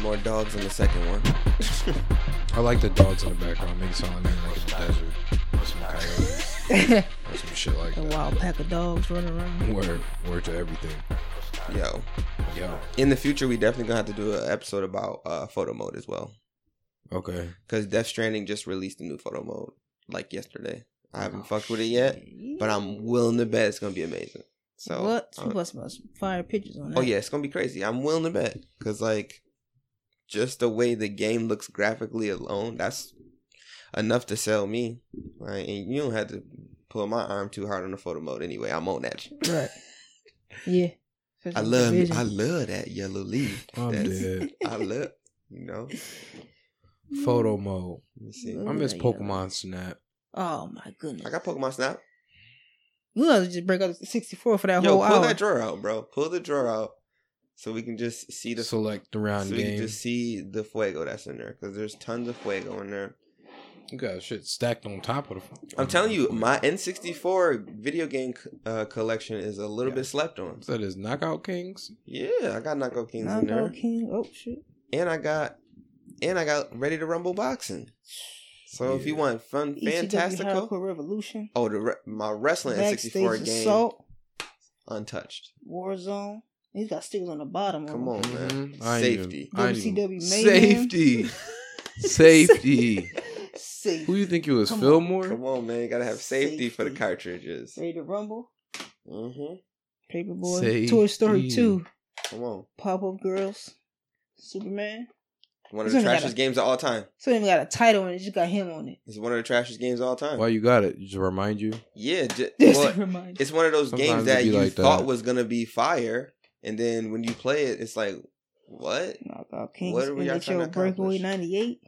more dogs in the second one. I like the dogs in the background. Make it sound like they're like in the desert or some coyote or some shit like A that. wild pack of dogs running around. Word, word to everything. Yo, Yo. in the future, we definitely gonna have to do an episode about uh, photo mode as well, Okay. because Death Stranding just released a new photo mode like yesterday. I Oh, haven't fucked with it yet, but I'm willing to bet it's gonna be amazing. So what? uh, You must must fire pictures on that. Oh yeah, it's gonna be crazy. I'm willing to bet because like, just the way the game looks graphically alone, that's enough to sell me. Right? And you don't have to pull my arm too hard on the photo mode anyway. I'm on that. shit. Right. Yeah. I love, I love that yellow leaf. I'm That's- dead. I love, you know. Photo mode. Let me see. Ooh, I miss yeah. Pokemon Snap. Oh my goodness. I got Pokemon Snap. you gotta just break up the 64 for that Yo, whole pull hour. that drawer out, bro. Pull the drawer out so we can just see the Select the round so we can game. just see the fuego that's in there because there's tons of fuego in there. You got shit stacked on top of Oh the. I'm telling you, my N64 video game c- uh, collection is a little Yeah. bit slept on. So there's Knockout Kings. Yeah, I got Knockout Kings in Knockout there, King. Oh shit. and I got and I got Ready to Rumble boxing. So if you Yeah. want fun, ECW fantastical. E Hardcore Revolution. Oh, the re- my wrestling Backstage N64 game Assault. untouched. Warzone. He's got stickers on the bottom. of Come them. on, man. Mhm. I ain't even- Safety. I ain't even- WCW Mayhem. Safety. Safety. Safe. Who you think you was, Come on. Fillmore? Come on, man. You gotta have Mm-hmm. safety for the Safety. cartridges. Ready to Rumble. Mm-hmm. Paperboy. Safety. Toy Story 2. Come on. Pop Up Girls. Superman. One of He's the only got trashiest a- games of all time. So even got a title and it just got him on it. It's one of the trashiest games of all time. Why you got it? Just remind you. Yeah, ju- Just well, to remind you. it's one of those Sometimes games it that be you like that. thought was gonna be fire, and then when you play it, it's like, what? Knockout Kings. What are we What y'all your trying to Breakaway accomplish? 98.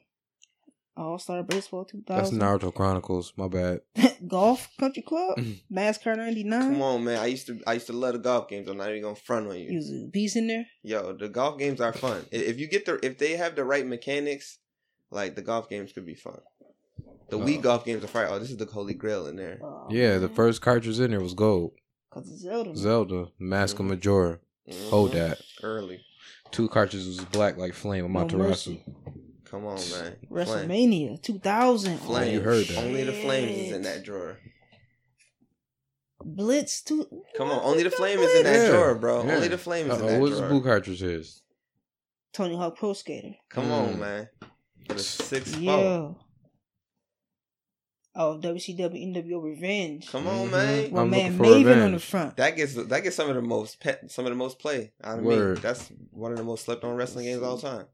All Star Baseball That's 2000. Naruto Chronicles. My bad. Golf Country Club. Mm. NASCAR 99. Come on, man. I used to I used to love the golf games. I'm not even gonna front on He you. was a beast in there. Yo, the golf games are fun. I- If you get the if they have the right mechanics, like the golf games could be fun. The Wii Uh. golf games are fire. Oh, this is the Holy Grail in there. Oh, Yeah, the first cartridge in there was gold. Cause it's Zelda. Zelda, Mask of Majora. Mhm. Hold that. early. Two cartridges was black like flame. No Amaterasu. Come on, man. Flame. WrestleMania 2000. Flames. You heard that. Only the flames is shit. in that drawer. Blitz two. Come on, only the flame is in that Yeah, drawer, bro. yeah. Only the flame is in Uh-oh, that what's the drawer. blue cartridge is? Tony Hawk Pro Skater. Come Mm. on, man. For the six Yeah. Oh, WCW NWO Revenge. Come on, Mhm. man. My I'm looking man for Maven on the revenge. front. That gets that gets some of the most pet, some of the most play out of Word. me. That's one of the most slept on wrestling games of all time.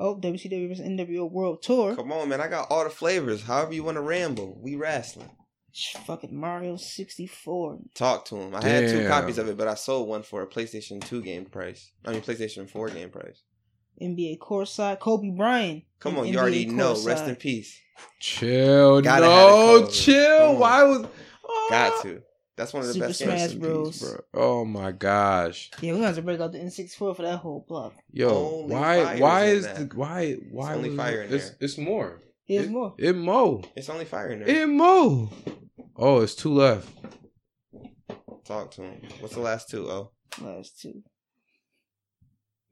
Oh, WCW versus NWO World Tour. Come on, man. I got all the flavors. However you want to ramble, we wrestling. Sh- Fucking Mario 64. Talk to him. I had two Damn. copies of it, but I sold one for a PlayStation Two game price. I mean PlayStation Four game price. NBA courtside. Kobe Bryant. Come in on, you NBA already know. courtside. Rest in peace. Chill. Gotta have it no, covered. Come chill. on. Why was? Got to. That's one of the Super best Smash games. Rest in Bros. peace, bro. Oh my gosh. Yeah, we're gonna have to break out the N64 for that whole block. Yo, Only why? fire's Why in is that. the why? Why only was- fire in it's, there. It's more. There's It- more. It mo. It's only fire in there. It mo. Oh, it's two left. Talk to him. What's the last two? Oh, Last two.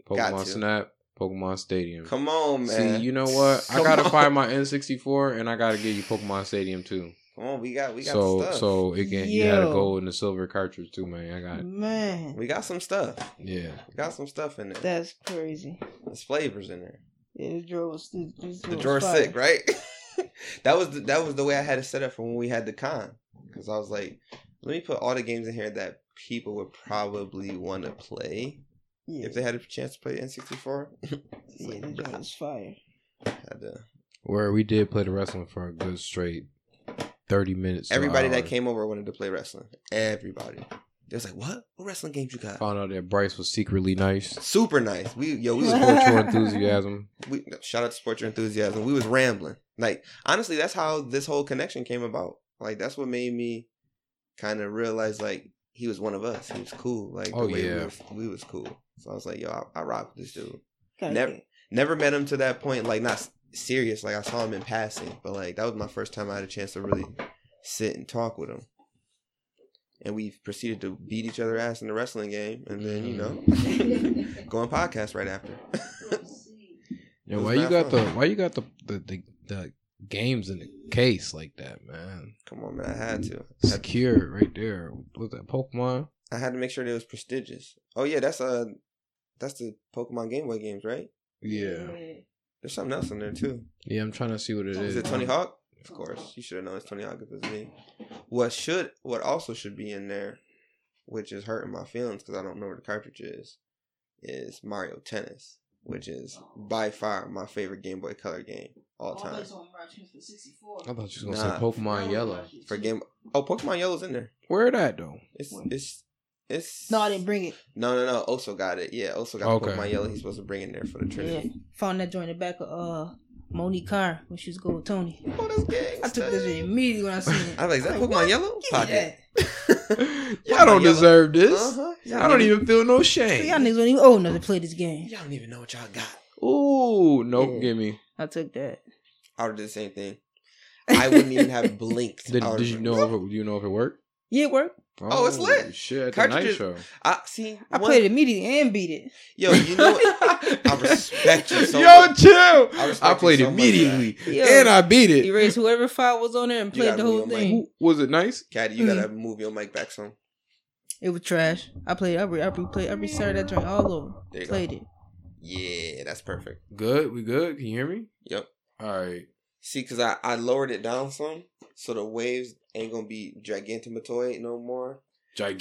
Got Pokemon to. Snap. Pokemon Stadium. come on, man. See, you know what? I Come gotta on. find my N64, and I gotta get you Pokemon Stadium too. Come on, we got we got so, stuff. so it can you had a Yo. gold and a silver cartridge too, man. I got it. Man, we got some stuff. Yeah, We got some stuff in there. that's crazy. There's flavors in there. Yeah, this drawer was this, this The was drawer fire. sick, right? that was the, that was the way I had it set up for when we had the con, because I was like, let me put all the games in here that people would probably want to play Yeah, if they had a chance to play N64. It's yeah, like, this drawer was fire. had to- where we did play the wrestling for a good straight thirty minutes. to an Everybody that hour. came over wanted to play wrestling. Everybody. They was like, what? What wrestling games you got? found out that Bryce was secretly nice. Super nice. We yo we was Support your enthusiasm. we no, shout out to support your enthusiasm. We was rambling. Like honestly, that's how this whole connection came about. Like that's what made me kind of realize like he was one of us. He was cool. Like Oh, the way yeah. we, was, we was cool. So I was like, yo, I, I rock with this dude. Gotta Never- get- Never met him to that point. Like not s- serious. Like I saw him in passing, but like that was my first time I had a chance to really sit and talk with him. And we proceeded to beat each other ass in the wrestling game, and then you know, go on podcast right after. Yeah, It why was you mad got fun. the why you got the the, the the games in the case like that, man? Come on, man. I had Mm-hmm. to. Secure right there. What's that Pokemon? I had to make sure that it was prestigious. Oh yeah, that's uh that's the Pokemon Game Boy games, right? Yeah, There's something else in there too. yeah. I'm trying to see what it Is is. it Tony Hawk? Of course, you should have known it's Tony Hawk if it's me. What should, what also should be in there, which is hurting my feelings because I don't know where the cartridge is, is Mario Tennis, which is by far my favorite Game Boy Color game all time. I thought you was gonna Nah. say Pokemon Yellow. For Game, oh Pokemon Yellow's in there. Where that though? It's it's it's. No, I didn't bring it. No, no, no. Oso got it. Yeah, Oso got Okay. Pokemon Yellow. He's supposed to bring in there for the Yeah. Trinity. Found that joint in the back of uh Monique car when she was going with Tony. Oh, that's gangsta. I took this joint immediately when I seen it. I was like, is that I'm like, Pokemon Yellow? Give me Pocket. that. Y'all don't deserve this. Uh-huh. Y'all don't even feel no So y'all shame. niggas don't even old enough to play this game. Y'all don't even know what y'all got. Ooh, nope. Yeah. Give me. I took that. I would do the same thing. I wouldn't even have blinked. Did, I would've did you been- know if it, you know if it worked? Yeah, it worked. Oh, it's lit. Shit, at the night Cartridges- show. I see. I one- played it immediately and beat it. Yo, you know what? I respect you so Yo, much. chill. I I, respect you played so much, immediately Yo. and I beat it. Erased whoever file was on there and You played gotta the move whole your mic. thing. Was it nice? Caddy, you Mm-hmm. gotta move your mic back some. It was trash. I played every every play every Saturday I drank all over. There you go. Played it. Yeah, that's perfect. Good. We good. Can you hear me? Yep. All right. See, cause I, I lowered it down some, so the waves ain't gonna be gigantomatoid no more.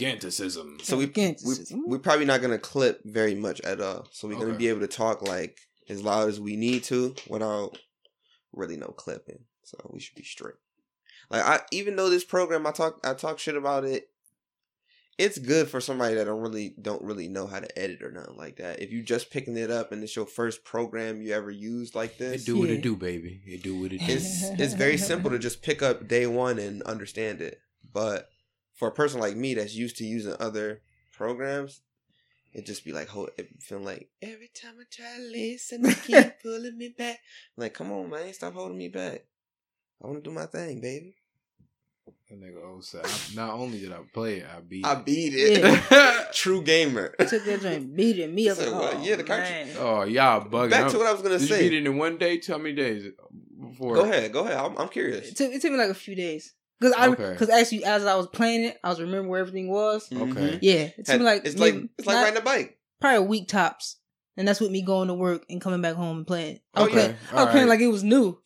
Giganticism. So we Again, we it's- we're probably not gonna clip very much at all. So we're gonna Okay. be able to talk like as loud as we need to without really no clipping. So we should be straight. Like I even though this program I talk I talk shit about it, it's good for somebody that don't really don't really know how to edit or nothing like that. If you just picking it up and it's your first program you ever used like It this. do what Yeah. it do, baby. It do what it do. It's it's very simple to just pick up day one and understand it. But for a person like me that's used to using other programs, it just be like whole it feeling like every time I try to listen, they keep pulling me back. Like, come on, man, stop holding me back. I want to do my thing, baby. That nigga old said, I- Not only did I play it, I beat. I it. beat it. True gamer. I took that joint, beat it. Me, I was So, like, uh, oh, yeah, the country- man. Oh, y'all bugging. Back I'm- to what I was gonna Did you beat say. it in one day? Too? How many days before? Go ahead, go ahead. I'm, I'm curious. It took it took me like a few days because I Okay. because actually as I was playing it, I was remembering where everything was. Okay. Mhm. Yeah, it took me like it's like maybe it's like not- riding a bike. probably a week tops, and that's with me going to work and coming back home and playing. I was Okay, playing, I was all playing right. like it was new.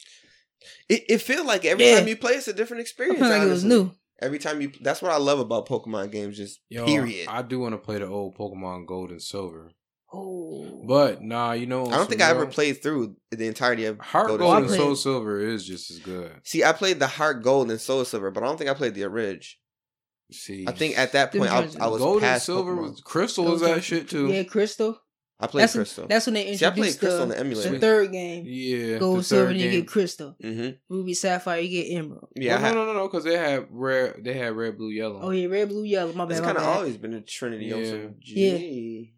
It it feels like every Yeah. time you play, it's a different I was experience. playing like it was honestly. new. Every time you, that's what I love about Pokemon games. Just Yo, period. I, I do want to play the old Pokemon Gold and Silver, Oh, but nah, you know. don't some think I ever real- played through the entirety of Heart Gold, Gold and and Silver. played- Soul Silver is just as good. See, I played the Heart Gold and Soul Silver, but I don't think I played the Ridge. See, I think at that Them point I, joints- I was Gold and past Silver Pokemon. was Crystal Those was that are- shit too. yeah, Crystal. I played that's Crystal. that's when they introduced See, I played Crystal the, on the emulator. the third game. Yeah, the Gold, silver, third and you game. get crystal. Mm-hmm. hmm Ruby, sapphire, you get emerald. Yeah, I Well, had- no, no, no, no, because they had red. They had red, blue, yellow. Oh yeah, red, blue, yellow. My bad. it's my kind of bad. always been a Trinity. Yeah. Yeah. G,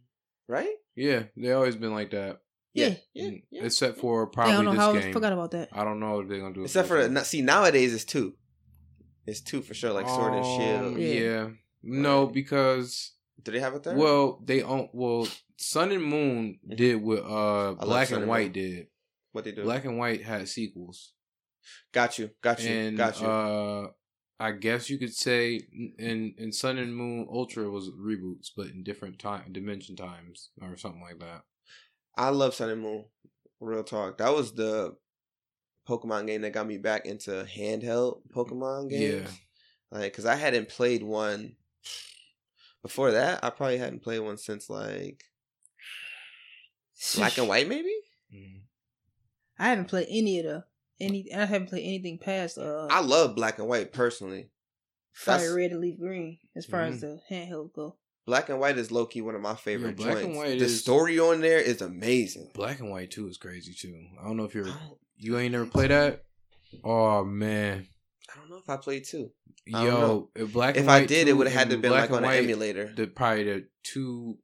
Right. yeah, they always been like that. Mm, Yeah. Yeah. Mm. yeah. Except for Dang, probably I don't know this how I game. forgot about that. I don't know if they're gonna do it. Except for now- see nowadays it's two. It's two for sure, like Sword and Um, Shield. Yeah. Yeah. No, Right. because Do they have a third? Mm-hmm. well, they own well. Sun and Moon did what uh love Black Sun and and White Moon. did. what they do? Black and White had sequels, Got you. Got you. and got you. uh, I guess you could say in in Sun and Moon Ultra was reboots, but in different time dimension times or something like that. I love Sun and Moon. Real talk. That was the Pokemon game that got me back into handheld Pokemon games. Yeah. Like, cause I hadn't played one before that. I probably hadn't played one since like Black and White, maybe. Mm-hmm. I haven't played any of the any. I haven't played anything past uh I love Black and White personally. that's- fire red and leaf green as far Mhm. as the handheld go. Black and White is low key one of my favorite Black and joints. White the is- story on there is amazing. Black and White too is crazy too. I don't know if I you're don't, you ain't never played that. Oh man, I don't know if I played two. I don't yo, if Black If and I White did, 2 it would have had and to have been Black like and on an White, emulator. the probably the two.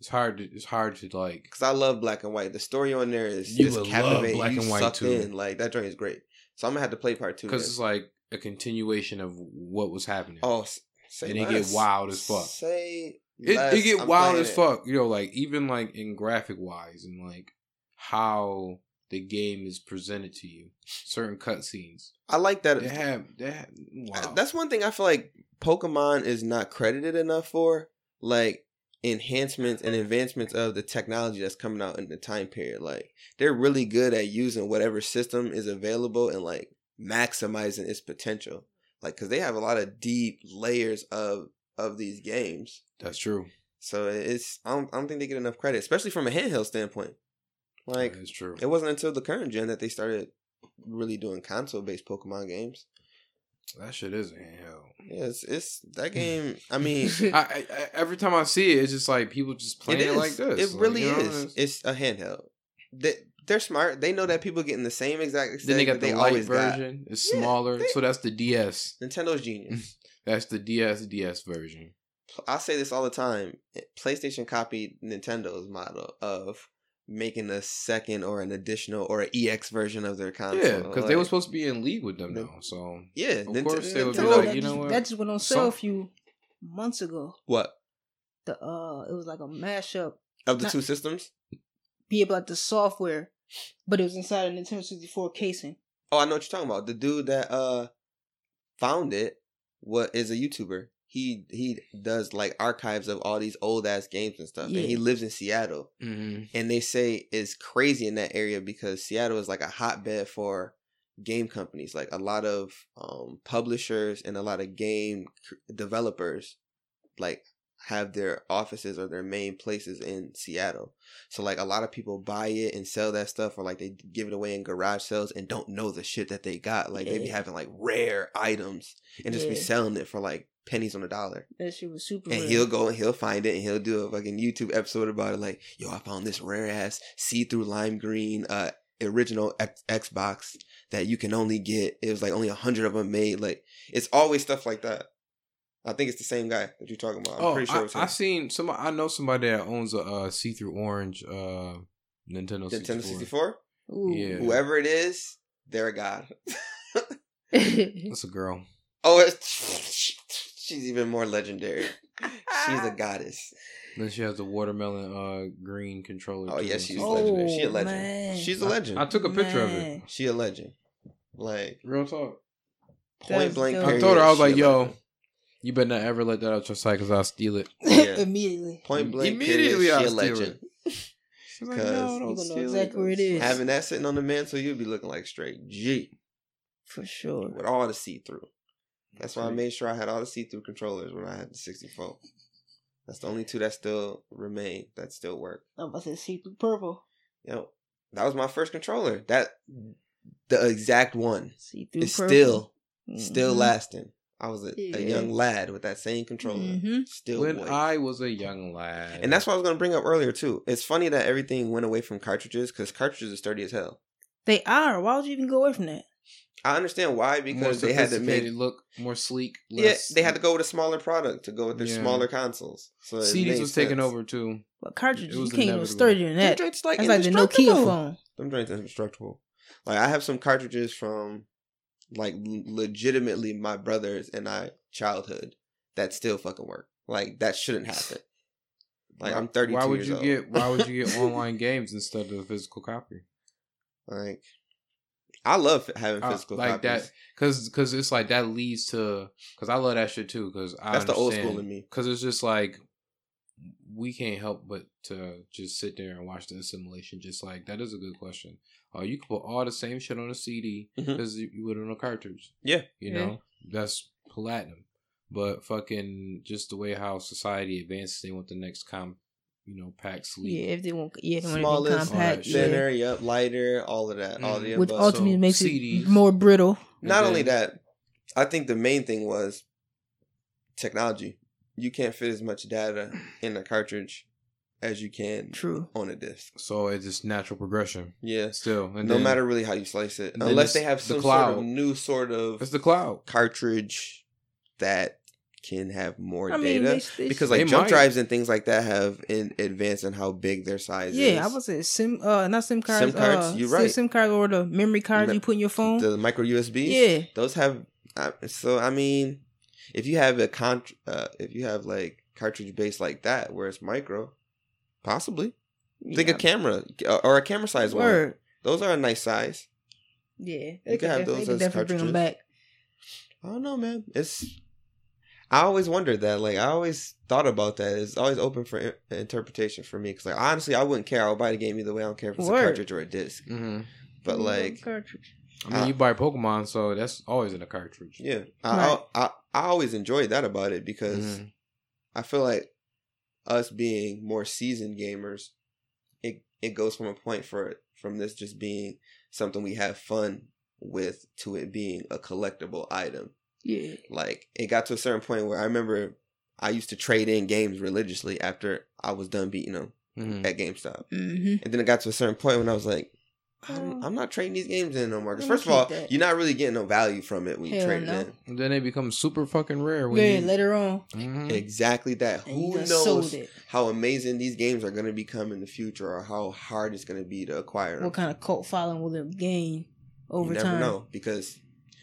It's hard to it's hard to like. Cause I love black and white. The story on there is You just would love captivating. Black you and White sucked too. in. Like that joint is great. So I'm gonna have to play part two. because then. it's like a continuation of what was happening. oh, s- say And it less. get wild as fuck. Say it, it less. get I'm wild playing as it. fuck, you know, like even like in graphic wise and like how the game is presented to you. Certain cutscenes. I like that. They have they have, wow. That's one thing I feel like Pokemon is not credited enough for, like enhancements and advancements of the technology that's coming out in the time period. Like they're really good at using whatever system is available and like maximizing its potential. Like because they have a lot of deep layers of of these games. that's true. So it's I don't, I don't think they get enough credit, especially from a handheld standpoint. Like that's true. it wasn't until the current gen that they started really doing console based Pokemon games. That shit is a handheld. Yeah, it's, it's that game. I mean, I, I, I, every time I see it, it's just like people just playing it it, is. like this. It Like, really you know, is. it's- It's a handheld. They, they're smart. They know that people getting the same exact. then they aesthetic got that the light always got. version. It's Yeah, smaller, they- so that's the DS. Nintendo's genius. That's the DS DS version. I say this all the time. eh, PlayStation copied Nintendo's model of making a second or an additional or an EX version of their console. yeah, because they were Like, supposed to be in league with them the- now. So Yeah, Of course they would be Told like, that you just- know what? That just went on sale a Some- few months ago. what The uh, it was like a mashup. of the Not- two systems? Be about the software, but it was inside a Nintendo sixty four casing. Oh, I know what you're talking about. The dude that uh found it what is a YouTuber. He he does like archives of all these old ass games and stuff, Yeah. and he lives in Seattle. Mm-hmm. and they say is crazy in that area because Seattle is like a hotbed for game companies, like a lot of um, publishers and a lot of game cr- developers, like have their offices or their main places in Seattle. So like a lot of people buy it and sell that stuff or like they give it away in garage sales and don't know the shit that they got. Like they be Yeah. having like rare items and just be Yeah. selling it for like pennies on the dollar. That shit was super. And rare. he'll go and he'll find it and he'll do a fucking YouTube episode about it. Like, yo, I found this rare ass see through lime green uh original X- Xbox that you can only get. It was like only a hundred of them made. Like, it's always stuff like that. I think it's the same guy that you're talking about. I'm oh, pretty sure it's I, I him. seen some. I know somebody that owns a uh, see-through orange uh, Nintendo, Nintendo 64. 64. Ooh. Yeah. Whoever it is, they're a god. That's a girl. Oh, it's, she's even more legendary. She's a goddess. Then she has the watermelon uh, green controller. Oh too, yeah, so- she's Oh, legendary. She a legend. man. She's a legend. I took a picture of Man. it. she a legend. Like Real talk. point That's blank. dope. Period, I told her I was she a like, "Yo, legend. you better not ever let that out your sight because I'll steal it." Yeah. Immediately. Point blank. Immediately period, I she a steal it. legend. She's like, 'Cause "No, you don't gonna know steal exactly where it is. Having that sitting on the mantle, you'd be looking like straight G For sure. with all the see through. That's why I made sure I had all the see through controllers when I had the 64. That's the only two that still remain that still work. I'm about to see through purple. Yo, that was my first controller. That the exact one See through is purple. still still Mhm. lasting. I was a, Yeah. a young lad with that same controller. Mhm. Still when works. I was a young lad, And that's what I was going to bring up earlier too. It's funny that everything went away from cartridges because cartridges are sturdy as hell. They are. Why would you even go away from that? I understand why because more they had to sophisticated make look more sleek. yeah Less, they had to go with a smaller product to go with their Yeah. smaller consoles. So it CDs made was taken sense. over too. But cartridges, It was you can't even inevitable. sturdier than Them that. joints like That's like the Nokia indestructible. phone. Them joints indestructible. Like I have some cartridges from like l- legitimately my brothers and I childhood that still fucking work. Like that shouldn't happen. Like I'm 32 Why would years you old. get Why would you get online games instead of a physical copy? like I love having Uh, physical like copies. that because because it's like that leads to because I love that shit too because That's the old school in me. because it's just like we can't help but to just sit there and watch the assimilation. Just like that is a good question. Uh, you can put all the same shit on a CD Mhm. as you you would on a cartridge. Yeah. you Yeah. know that's platinum. But fucking just the way how society advances, they want the next com, you know, pack Yeah, sleep. if they want, yeah, if they want to be smallest, all that compact, Mm-hmm. shit. yeah. thinner, yep, lighter, all of that, all of the Mm. which above. also- ultimately So, makes CDs. it more brittle. Not And only then- that, I think the main thing was technology. You can't fit as much data in a cartridge as you can True. on a disc. so it's just natural progression. Yes, Still, and no then- matter really how you slice it, and then unless it's they have the some sort of cloud. new sort of it's the cloud. cartridge that can have more I mean, data. they, they, because They like jump might. drives and things like that have in advance in how big their size is. yeah, I was saying sim, uh, not sim Sim cards, cards, uh, you sim- right. sim cards or the memory cards The- you put in your phone. the micro USBs. yeah, those have uh, so i mean if you have a con uh, if you have like cartridge base like that where it's micro possibly think a yeah. camera uh, or a camera size one word. Those are a nice size. Yeah, You can have def- those as them cartridges. back. I don't know, man. It's I always wondered that. Like I always thought about that. It's always open for in- interpretation for me. Cause like honestly, I wouldn't care. I'll buy the game either way. I don't care if it's Word. Mm, a cartridge or a disc. Mm-hmm. But Yeah, like, cartridge. I mean, Uh, you buy Pokemon, so that's always in a cartridge. yeah, I Right. I, I I always enjoyed that about it because Mhm. I feel like us being more seasoned gamers, it it goes from a point for from this just being something we have fun with to it being a collectible item. Yeah, like it got to a certain point where I remember I used to trade in games religiously after I was done beating them Mhm. at GameStop, mm-hmm. and then it got to a certain point when I was like, I'm, Mm. I'm not trading these games in no more. 'Cause Let me first of all, keep that. you're not really getting no value from it when you Hell trade no. it in. And then they become super fucking rare. When yeah. you, Later on, Mhm. Exactly that. Mm-hmm. and you Who done sold knows it. how amazing these games are going to become in the future, or how hard it's going to be to acquire them? What kind of cult following will it gain over you never time? know because,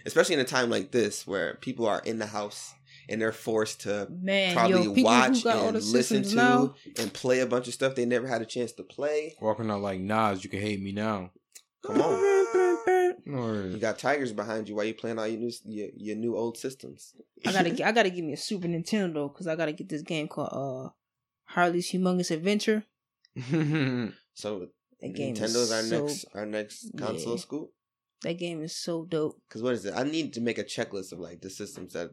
especially in a time like this where people are in the house and they're forced to Man, probably yo, people who watch got all and the listen systems to now, and play a bunch of stuff they never had a chance to play. Walking out like Nas, you can hate me now. Come on. Or You got tigers behind you. Why you playing all your new your, your new old systems? I gotta, get- I gotta give me a Super Nintendo because I gotta get this game called uh, Harley's Humongous Adventure. so That game Nintendo's is our so, next our next console yeah. scoop. That game is so dope. Because what is it? I need to make a checklist of like the systems that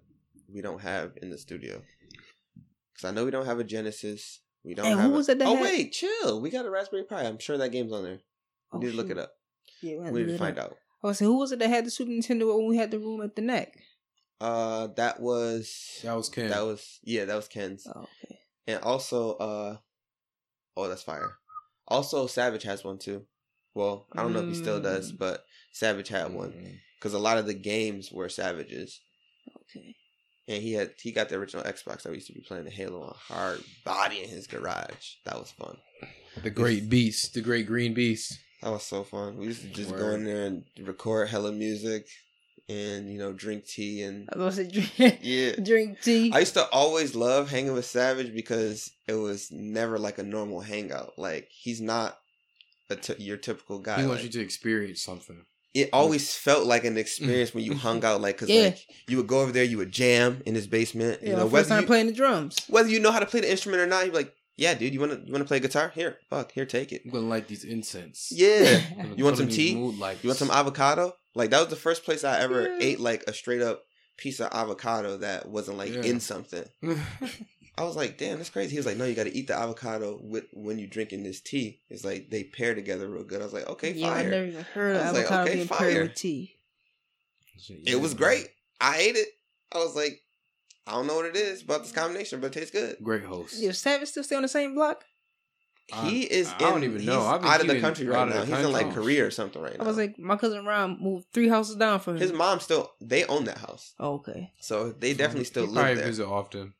we don't have in the studio. Because I know we don't have a Genesis. We don't. And have who a- was it that Oh had- wait, chill. We got a Raspberry Pi. I'm sure that game's on there. We Oh, need to look shoot. it up. Yeah, we, We need to find out. out. I was saying, who was it that had the Super Nintendo when we had the room at the neck? Uh, that was that was Ken. that was yeah, that was Ken's. Oh, okay. And also, uh, oh, that's fire. Also, Savage has one too. Well, I don't know if he still does, Mm. but Savage had one Mhm. because a lot of the games were Savage's, Okay. and he had he got the original Xbox that we used to be playing the Halo on hard body in his garage. That was fun. The great beast, the great green beast. That was so fun. We used to just go Word. in there and record hella music, and you know drink tea and I was gonna say drink, yeah. drink tea. I used to always love hanging with Savage because it was never like a normal hangout. Like he's not a t- your typical guy. He wants Like, you to Mm. experience something. it always felt like an experience when you hung out. Like because Yeah. like you would go over there, you would jam in his basement. yeah, you know my first whether time you, playing the drums. whether you know how to play the instrument or not. You're like, yeah, dude, you wanna you wanna play guitar? Here, fuck, here, take it. I'm gonna light these incense. Yeah, I'm gonna You want put on these some tea? mood lights. you want some avocado? Like that was the first place I ever Yeah. ate like a straight up piece of avocado that wasn't like Yeah. in something. I was like, damn, that's crazy. He was like, no, you got to eat the avocado with when you drinking this tea. It's like they pair together real good. I was like, okay, yeah, I fire. never even heard of I was like, avocado okay, being fire. paired with tea. it was great. I ate it. I was like, I don't know what it is about this combination, but it tastes good. Great host. Yo, Savage still stay on the same block? I- he is. I don't in- even know. he's I've been out of the keeping country out right of now. the He's in like country. Korea or something right now. I was like, my cousin Ron moved three houses down from him. Mm. his mom still. They own that house, oh, okay. so they definitely still Mm-hmm. he probably live there. visit often.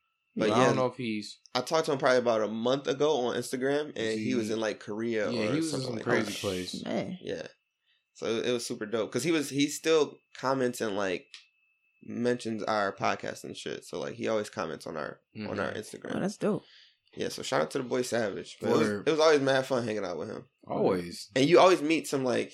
But But yeah. I don't know if he's. I talked to him probably about a month ago on Instagram, and Is he, he- was in like Korea Yeah, or he was in something some like crazy that. place. Man. Yeah. So it was super dope because he was he still comments and like mentions our podcast and shit. So like he always comments on our on our Mhm. Oh, Instagram. that's dope. yeah. So shout out to the boy Savage. But it, was, Word. it was always mad fun hanging out with him, Always. and you always meet some like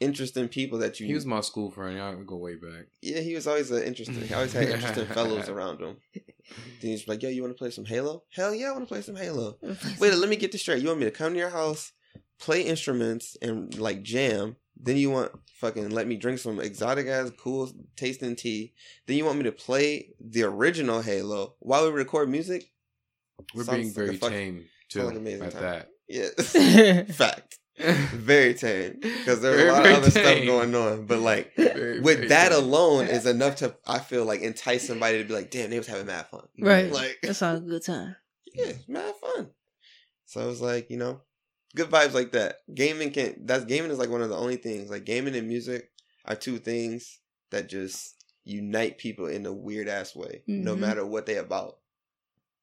interesting people that you. He was my school friend. I go way back. yeah, he was always an interesting. He always had interesting fellows around him. Then he's like, "Yo, you want to play some Halo? Hell yeah, I want to play some Halo." Wait, let me get this straight. You want me to come to your house, play instruments, and like jam? Then you want fucking let me drink some exotic ass cool tasting tea? Then you want me to play the original Halo while we record music? We're Sounds being like very a fuck- tame too sounds like amazing at time. that. Yes, Wait. fact, very tame because there's Very, a lot very of other stuff tame. going on. But like Very, very with that tame. alone is enough to I feel like entice somebody to be like, damn, they was having mad fun. Right. Like that sounds a good time. yeah, it's mad fun. So I was like, you know, good vibes like that. Gaming can that's gaming is like one of the only things. Like gaming and music are two things that just unite people in a weird ass way, no Mhm. matter what they about.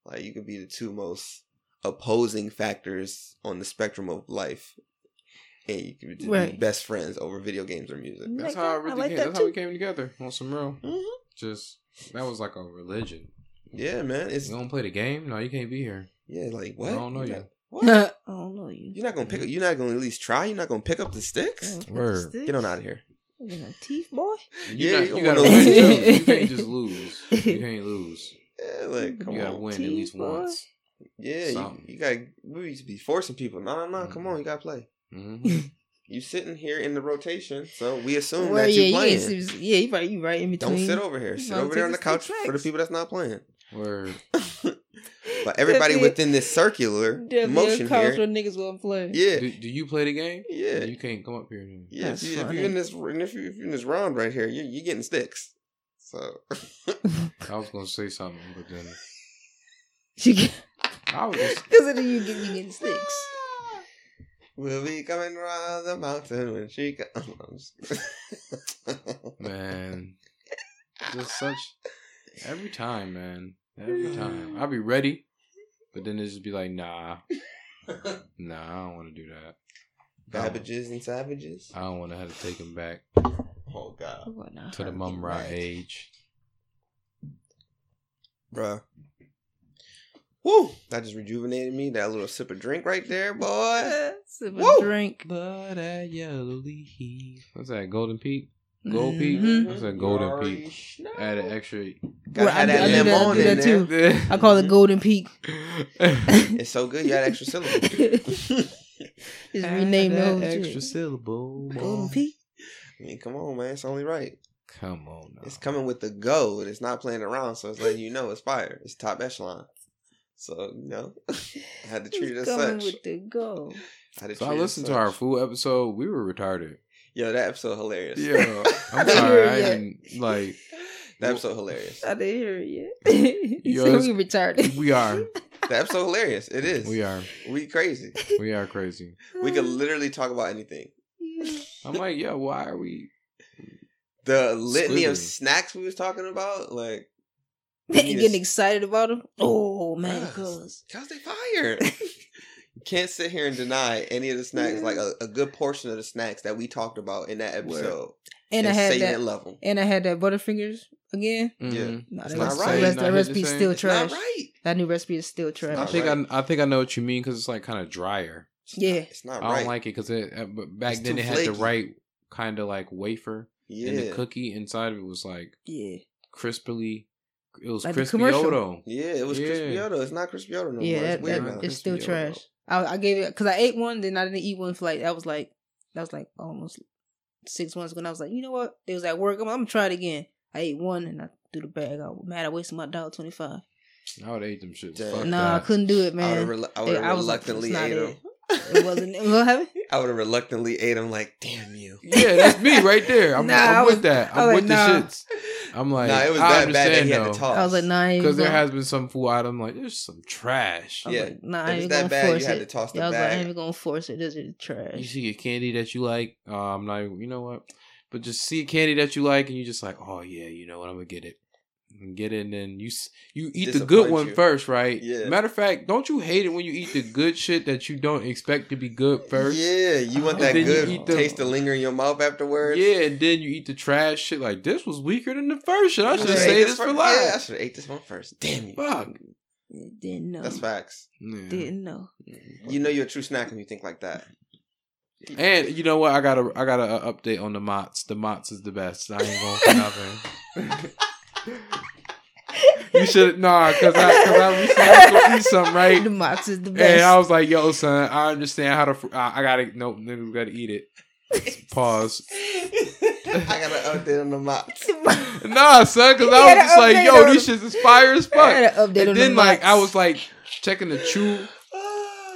Like you could be the two most opposing factors on the spectrum of life. And you could just be Right. best friends over video games or music. Mm. That's Like how I that. I really like came. that That's how we too. Mm-hmm. came together on some real. Mhm. Just that was like a religion. Yeah, man. It's You gonna play the game? No, you can't be here. yeah, like what? I don't know Like, you. What? I don't know you. You're not gonna pick. Up, you're not gonna at least try. You're not gonna pick up the sticks. Oh. Word. Get on out of here. You know, teeth, boy. You Yeah, got- you you gotta gotta win. win. You can't just lose. You can't lose. Yeah, like come you gotta on. win at least Teeth, boy. once. Yeah, you, Something. Mm-hmm. you gotta. We used to be forcing people. No, no, no. Come on, you gotta play. hmm You sitting here in the rotation, so we assume Well, that yeah, you're you playing. ain't serious- yeah, you right, you right in between. Don't sit over here. You Sit wanna over there on the take couch us to for the tracks. people that's not playing. Word. But everybody Definitely- within this circular Definitely motion a couch here. where niggas won't play. Yeah, Do, do you play the game? yeah, You can't come up here. Then. yeah. If, That's you, if funny. you're in this, and if, you, if you're in this round right here, you you're getting sticks. So I was gonna say something, but then Because I was. Just, of you getting you getting sticks. We'll be coming round the mountain when she comes. man, just such every time, man. Every time I'll be ready, but then it just be like, nah, nah, I don't want to do that. Babbages and savages. I don't want to have to take him back Oh god, What now? to the mum ride age. bruh. Woo! That just rejuvenated me. That little sip of drink right there, boy. Sip a Woo! drink. But at yellow leaf. What's that? Golden Peak. Gold Peak. Mhm. That's a golden peak. Add an Add extra. Gotta Well, have I that do- I do that- I lemon do in that there. too. I call Mm-hmm. it Golden Peak. It's so good. You got extra syllable. Just rename the whole extra shit. syllable. Golden Peak. I mean, come on, man. It's only right. Come on, now. It's coming with the gold. It's not playing around, so it's letting you know it's fire. It's top echelon. So you know, I had to treat it as It's coming such. with the go. I had So I treat it as listened to such. our full episode. We were retarded. Yo, that episode hilarious. Yeah, I'm They sorry. were, I yeah. didn't, like That episode hilarious. I didn't hear it yet. Yo, you it's- said we retarded. we are, That episode hilarious. It is. we are, We crazy. we are crazy. We could Oh, literally talk about anything. I'm like, yeah. Why are we? The litany of Squiggly. snacks we was talking about, like, getting excited about them. Oh man, Yes. cuz cause they fire. you can't sit here and deny any of the snacks, like a, a good portion of the snacks that we talked about in that episode, and I had say that. love them. And I had that butterfingers again. mm-hmm. Yeah. No, It's that, not recipe, right. that, Not recipe the same. still It's not trash. right. That new recipe is still I not trash. think right. I, I think I know what you mean because it's like kind of drier. It's Yeah. not- it's not I don't right. like it because it. uh, But back It's then too it had the flaky. right kind of like wafer yeah, and the cookie inside of it was like Yeah, crispily. It was Like the crispy commercial. Odo. yeah, it was Yeah. crispioto. It's not crispioto no yeah, more. that, It's weird that- now. it's still Crispy Odo. trash. I, I gave it because I ate one, then I didn't eat one for like that was like that was like almost six months ago. And I was like, you know what? It was at work. I'm, I'm gonna try it again. I ate one and I threw the bag out. Mad, I wasted my dollar twenty five. I would ate them shits. Damn. Fuck Like Nah, I that. couldn't do it, I man. would have I would've I was like, reluctantly it's not ate them. it. It wasn't. What happened? I would have reluctantly ate them. Like, damn you. Yeah, that's me right there. I'm, Nah, I'm I with was- that. I'm I was with like, the nah. shits. I'm like, nah, it was I that bad that understand he though. had to talk. I was like, nah, I ain't Because there gonna- has been some fool out. I'm like, there's some trash. I was Yeah. like, nah, I It was ain't that gonna bad. force You it. had to toss the yeah, I was like, I ain't bag. even gonna force it. This is You trash. see a candy that you like. Uh, I'm not. even- You know what? But just see a candy that you like, and you just like, oh yeah, you know what? I'm gonna get it. And get it, and then you s- you eat the good Disappoint one you. first, right? Yeah. Matter of fact, don't you hate it when you eat the good shit that you don't expect to be good first? Yeah, you want And that then you good eat the- taste to linger in your mouth afterwards. Yeah, and then you eat the trash shit. Like this was weaker than the first shit. I should have Yeah. ate saved this for first. Yeah, I last. should have ate this one first. Damn you. Fuck. Didn't know. That's facts. Yeah. Didn't know. You know you're a true snack when you think like that. And you know what? I got a I got a, uh update on the Mott's. The Mott's is the best. I ain't going for nothing. you should nah, cause I cause I was I was gonna eat something The right, Mox is the and I best. was like, "Yo, son, I understand how to. Fr- I, I gotta nope, niggas gotta eat it." Pause. I got an update on the mops. Nah, son, cause You I had was an just like, update "Yo, on these the- shits is fire as I fuck." had an update on And the then like Mox. I was like checking the chew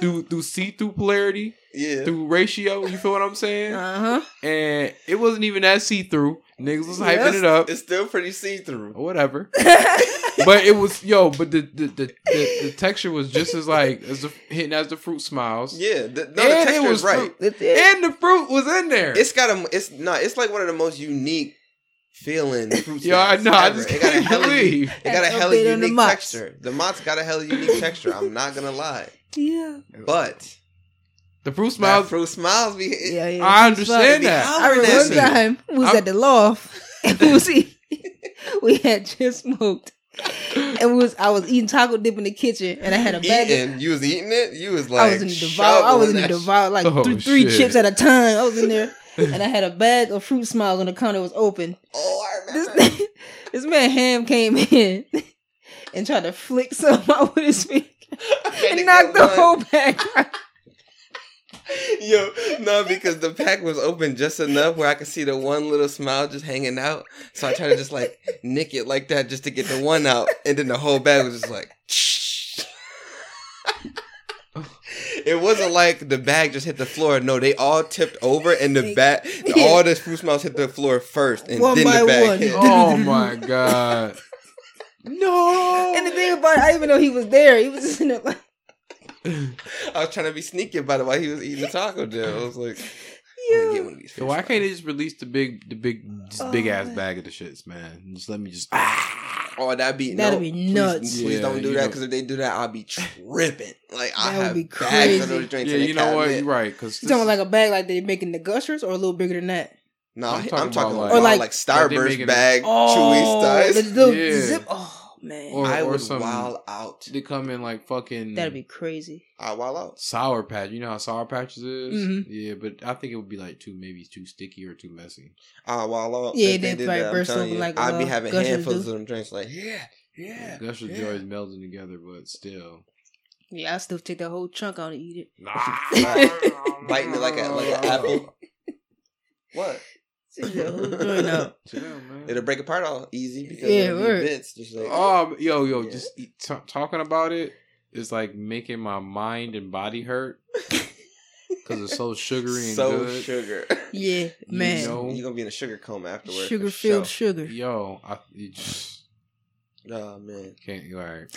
through through see through polarity yeah. through ratio. You feel what I'm saying? uh huh. and it wasn't even that see through. Niggas was hyping Yes. it up, It's still pretty see through. or whatever. but it was yo, but the the, the the the texture was just as like as the hitting as the fruit smiles, Yeah, the, no, the And it texture was is right. fruit. and the fruit was in there. It's got a. It's not. It's like one of the most unique feeling fruits. yo, I know. I just it got a can't hella, it believe. got a An hella update on the unique Mott's. texture. The mott's got a hella unique texture. I'm not gonna lie, yeah. but The fruit smiles. smiles, fruit smiles. Be it- Yeah, yeah. I it understand be that. I hollering remember at one me. time we was I'm- at the loft and we was eating- we had just smoked. And and we was I was eating taco dip in the kitchen, and I had a bag. Of, Eating, you was eating it. You was like I was in devour. I was shoveling in that shit. devour like Oh, three, three shit. chips at a time. I was in there, and I had a bag of fruit smiles on the counter. It was open. Oh, I This remember. this man Ham came in and tried to flick some out with his finger and Nigga knocked the won. whole bag. out. Yo, no, because the pack was open just enough where I could see the one little smile just hanging out. So I tried to just like nick it like that just to get the one out, and then the whole bag was just like. It wasn't like the bag just hit the floor. No, they all tipped over, and the bag, all the fruit smiles hit the floor first, and One then by the bag one. hit. Oh my god. No. And the thing about it, I even know he was there. He was just in there like. I was trying to be sneaky about it while he was eating the taco. Joe, I was like, I'm gonna get Yeah. one of these. So Fruit why Smiles. can't they just release the big, the big, this Oh, big ass man. bag of the shits, man? And Just let me just. Ah! Oh, that'd be That'd no, be please- nuts. Please, Yeah, don't do you that know- because if they do that, I'll be tripping. Like I That would have be bags crazy. of those drinks. Yeah, in the you know what? cabinet. You're right. Because You talking about like a bag like they're making the gushers or a little bigger than that? No, I'm I'm, talking I'm talking about, about like- like, Or like- Oh, they Starburst making it- bag, chewy the styles. little Yeah. zip. Oh man, Or- I would some- wild out. they come in like fucking. that'd be crazy. I wild out. sour patch. You know how sour patches is. Mhm. Yeah, but I think it would be like too maybe too sticky or too messy. I wild out. Yeah, if they they did probably that, I'm burst telling open you, like, I'd be uh, having gushers handfuls do. of them drinks. Like yeah, yeah, Gushers yeah. yeah. always melding together, but still. Yeah, I still take that whole chunk out and eat biting it like a like an apple. What? it. Take that whole joint out. Chill, man. It'll break apart all easy because Yeah, yeah, word. bits. Just like Um, yo, yo, Yeah. just t- talking about it is like making my mind and body hurt because it's so sugary and so good. sugar. Yeah, You man, know, You're gonna be in a sugar coma afterwards. for sugar filled sure. sugar. Yo, I you just Oh man. can't like.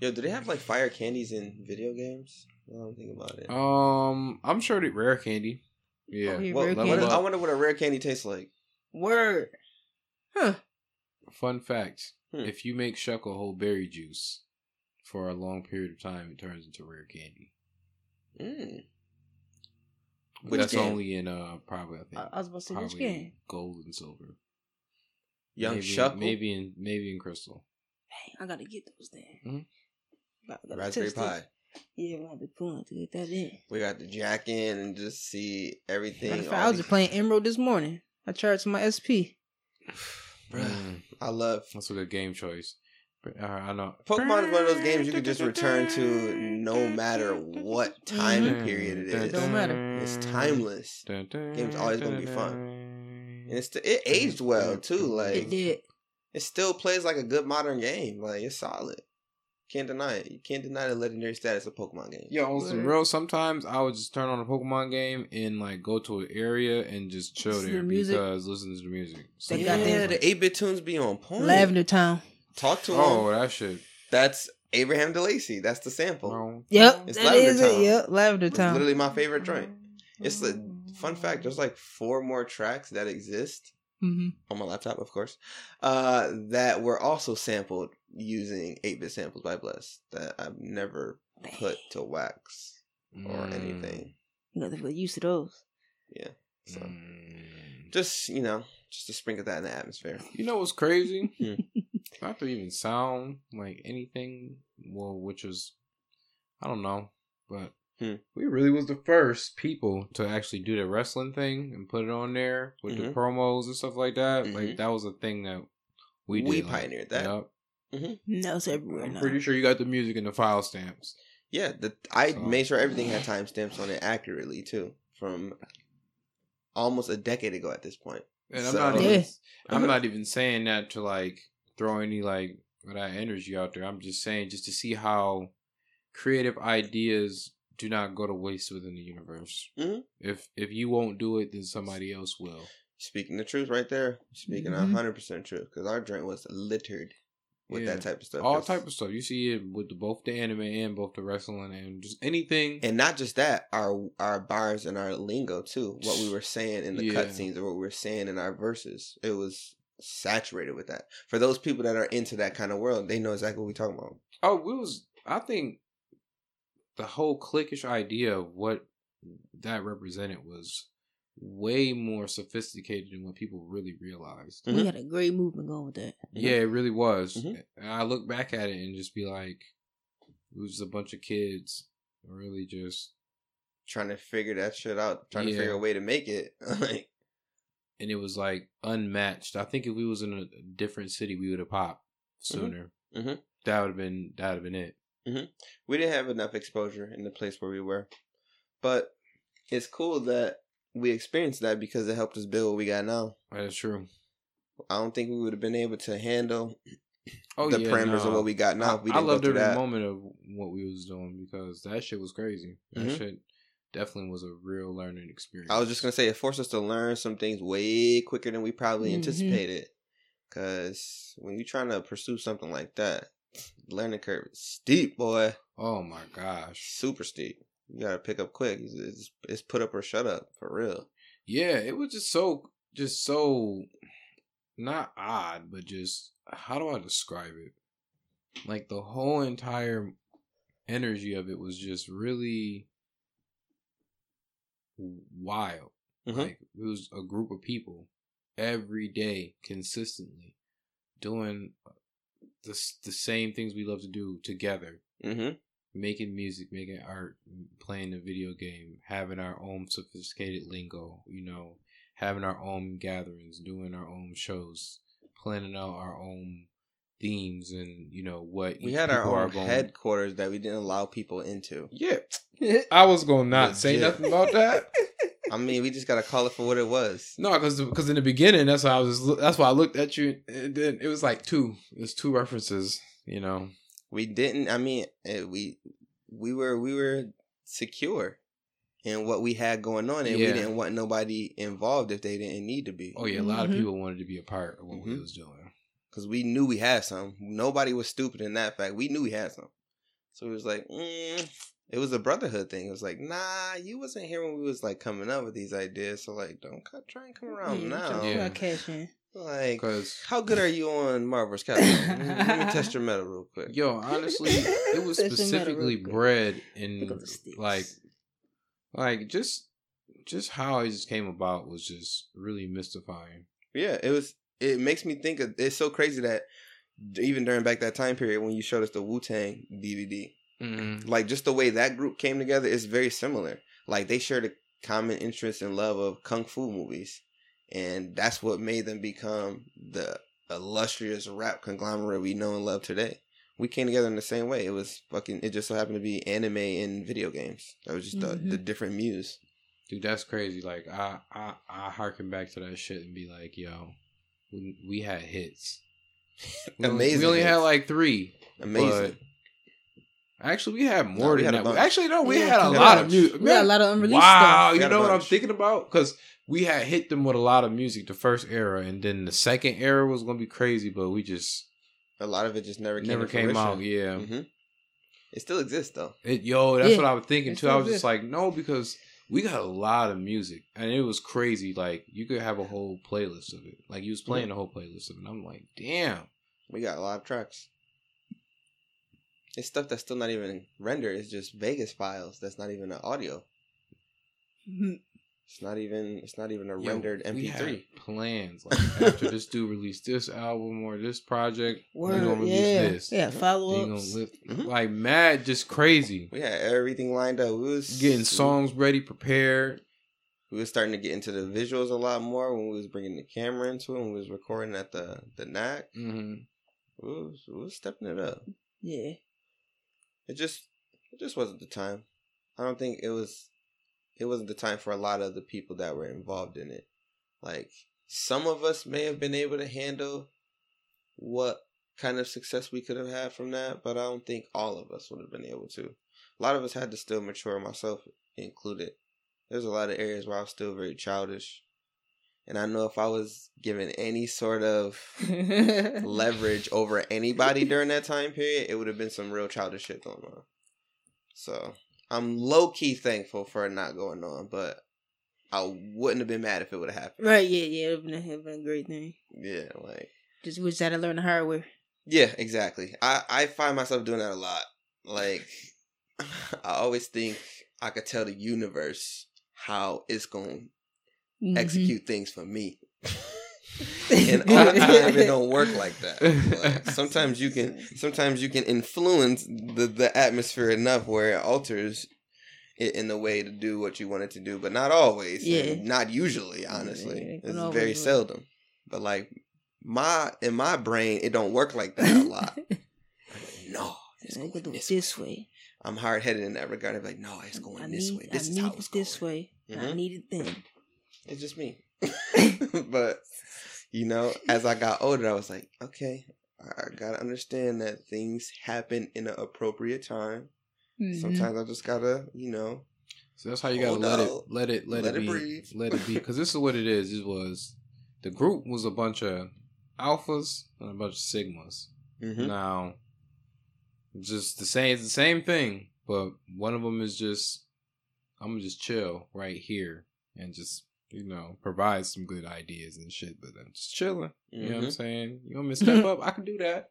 Yo, do they have like fire candies in video games? I don't think about it. Um, I'm sure they rare candy. Yeah, Oh, yeah, What- rare what- candy. I wonder what a rare candy tastes like. Word. Huh. Fun fact: Hmm. If you make shuckle whole berry juice for a long period of time, it turns into rare candy. Mm. But Which That's game? only in uh probably I think I, I was about to say which probably game? gold and silver. Young maybe, Shuckle, maybe in maybe in crystal. Dang, I gotta get those then. Mhm. But I gotta Mm-hmm. Raspberry test it. Pie. Yeah, we have to pull it to get that in. We got the jack in and just see Matter everything. of fact, all I was these- just playing Emerald this morning. I charged my SP. Bruh, Mm, I love that's a good game choice. But, uh, I know Pokemon. Is one of those games you can just return to no matter what time Mm-hmm. Mhm. period it is. Don't matter. It's timeless, Game's always gonna be fun. and it's it aged well too. Like It did. it still plays like a good modern game. Like it's solid. Can't deny it. You can't deny the legendary status of Pokemon games. Yo, on some Word. real, sometimes I would just turn on a Pokemon game and like go to an area and just chill Listen to there the music. because listen to the music. They yeah, got them- the eight bit tunes be on point. Lavender Town. Talk to him. Oh, that shit. That's Abraham DeLacy. That's the sample. Wrong. Yep. It's that Lavender is Town. it. Yep. Lavender It's Town. literally my favorite joint. It's a fun fact. There's like four more tracks that exist hmm Mm-hmm. on my laptop, of course, uh, that were also sampled using 8 bit samples by Bless that I've never put to wax or Mm. anything. You got to get used to those. So Mm. just, you know, just to sprinkle that in the atmosphere. You know what's crazy? Hmm. Not to even sound like anything. Well, which was, I don't know, but Hmm. we really was the first people to actually do the wrestling thing and put it on there with the Mhm. promos and stuff like that. Like Mhm. that was a thing that we did. We like, pioneered that. yup. No, it's everywhere I'm now. pretty sure you got the music and the file stamps. Yeah, the, I So- made sure everything had timestamps on it accurately too from almost a decade ago at this point. And I'm So- not even, Yeah. I'm not even saying that to like throw any like of that energy out there. I'm just saying just to see how creative ideas do not go to waste within the universe. Mhm. If if you won't do it, then somebody else will. Speaking the truth right there. Speaking a Mm-hmm. Mhm. 100% truth because our joint was littered with Yeah. that type of stuff. All 'cause- type of stuff. You see it with the, both the anime and both the wrestling and just anything. And not just that, our our bars and our lingo too. What we were saying in the Yeah. cutscenes or what we were saying in our verses, it was saturated with that. For those people that are into that kind of world, they know exactly what we're talking about. Oh, we was I think the whole cliquish idea of what that represented was way more sophisticated than what people really realized. Mhm. We had a great movement going with that. Yeah, it really was. Mhm. And I look back at it and just be like, it was just a bunch of kids really just, Trying to figure that shit out, trying to Yeah. figure a way to make it. like, and it was like unmatched. I think if we was in a different city, we would have popped sooner. Mhm. That would have been that would have been it. we didn't have enough exposure in the place where we were. But it's cool that we experienced that because it helped us build what we got now. That is true. I don't think we would have been able to handle Oh the yeah, parameters of nah. what we got now. if we I, I didn't loved go through every that. moment of what we was doing because that shit was crazy. That Mhm. shit definitely was a real learning experience. I was just gonna say it forced us to learn some things way quicker than we probably Mm-hmm. Mhm. anticipated. Cause when you're trying to pursue something like that, learning curve is steep, boy, Oh my gosh. super steep. You gotta pick up quick. It's, it's, it's put up or shut up for real. Yeah, it was just so just so not odd, but just how do I describe it? Like the whole entire energy of it was just really wild. Mhm. Like it was a group of people every day consistently doing uh, the s- the same things we love to do together Mm-hmm. making music, making art, playing a video game, having our own sophisticated lingo, you know, having our own gatherings, doing our own shows, planning out our own themes and, you know, what We each had our people are own going- headquarters that we didn't allow people into. Yeah. I was going to not say Legit. nothing about that. I mean, we just gotta call it for what it was. No, because in the beginning, that's why I was. Just, that's why I looked at you, and then it was like two. It was two references, you know. We didn't. I mean, eh, we we were we were secure in what we had going on, and Yeah. we didn't want nobody involved if they didn't need to be. Oh yeah, a lot of Mm-hmm. Mhm. people wanted to be a part of what we Mhm. was doing. because we knew we had some. Nobody was stupid in that fact. We knew we had some. So it was like, mm. it was a brotherhood thing. It was like, nah, you wasn't here when we was like coming up with these ideas. So like, don't co- try and come around yeah, now. Trying, Mm-hmm. Yeah. to cash in. Like, 'Cause- how good are you on Marvel's Captain? let, me, let me test your metal real quick. Yo, honestly, it was Such a matter of specifically good. bred Pick up in the sticks. Mm, like, like just, just how it just came about was just really mystifying. Yeah, it was. It makes me think of. It's so crazy that even during back that time period when you showed us the Wu Tang DVD, Mm-hmm. like just the way that group came together is very similar. Like they shared a common interest and love of kung fu movies, and that's what made them become the illustrious rap conglomerate we know and love today. We came together in the same way. It was fucking. It just so happened to be anime and video games. That was just Mhm. the, the different muse. Dude, that's crazy. Like, I, I, I harken back to that shit and be like, yo, we, we had hits. We only- Amazing We only had hits. like three. Amazing. Actually, we had we more had than a that. bunch. Actually, no, we Yeah, had a we had a lot of bunch. music. We had a lot of unreleased wow, stuff. We you had a know what I'm bunch. thinking about? Because we had hit them with a lot of music the first era, and then the second era was gonna be crazy, but we just A lot of it just never came never to came out. fruition. Yeah, hmm It still exists though. It- yo, that's Yeah. what I was thinking It's too. I so was just good. like, no, because we got a lot of music, and it was crazy. Like you could have a whole playlist of it. Like you was playing the whole playlist of it. And I'm like, damn. We got a lot of tracks. It's stuff that's still not even rendered. It's just Vegas files. That's not even an audio. Mhm. It's not even. It's not even a Yo, rendered we MP3. had plans like after this dude released this album or this project, we Word, gonna release yeah, this. yeah. They Follow gonna ups. lift, Mhm. like mad, just crazy. We had everything lined up. We was Getting songs ready, prepared. We was starting to get into the visuals a lot more when we was bringing the camera into it. When we was recording at the the NAC, hmm Mm-hmm. we was, we was stepping it up. Yeah, It just it just wasn't the time. I don't think it was it wasn't the time for a lot of the people that were involved in it. Like some of us may have been able to handle what kind of success we could have had from that, but I don't think all of us would have been able to. A lot of us had to still mature, myself included. There's a lot of areas where I was still very childish. And I know if I was given any sort of leverage over anybody during that time period, it would have been some real childish shit going on. So I'm low key thankful for it not going on, but I wouldn't have been mad if it would have happened. right. Yeah, yeah. It'd been, it'd been a great thing. Yeah, like Just we just had to learn the hard way. yeah, exactly. I I find myself doing that a lot. Like I always think I could tell the universe how it's going Mhm. execute things for me. Mm-hmm. and all the time it don't work like that. Like, sometimes you can sometimes you can influence the, the atmosphere enough where it alters it in a way to do what you want it to do, but not always. Yeah. and not usually, honestly. Yeah, it can it's always very work. seldom. But like my in my brain it don't work like that a lot. no. It's I'm gonna going do it this this way. way. I'm hard headed in that regard. I'm like, no, it's going I this need, way. This I is need how it it's this going. way. I Mhm. need it then. It's just me. but you know, as I got older, I was like, okay, I gotta understand that things happen in an appropriate time. Hmm. Mm-hmm. Mhm. Sometimes I just gotta, you know, So that's how you gotta Hold let out. it, let it, let, Oh, Let it, it be, breathe. let it be. Because this is what it is. It was the group was a bunch of alphas and a bunch of sigmas. Mm-hmm. Mm-hmm. Now, just the same, it's the same thing, but one of them is just I'm gonna just chill right here and just you know provide some good ideas and shit. But I'm just chilling. You Mm-hmm. know what I'm saying? You want me to step up? I can do that,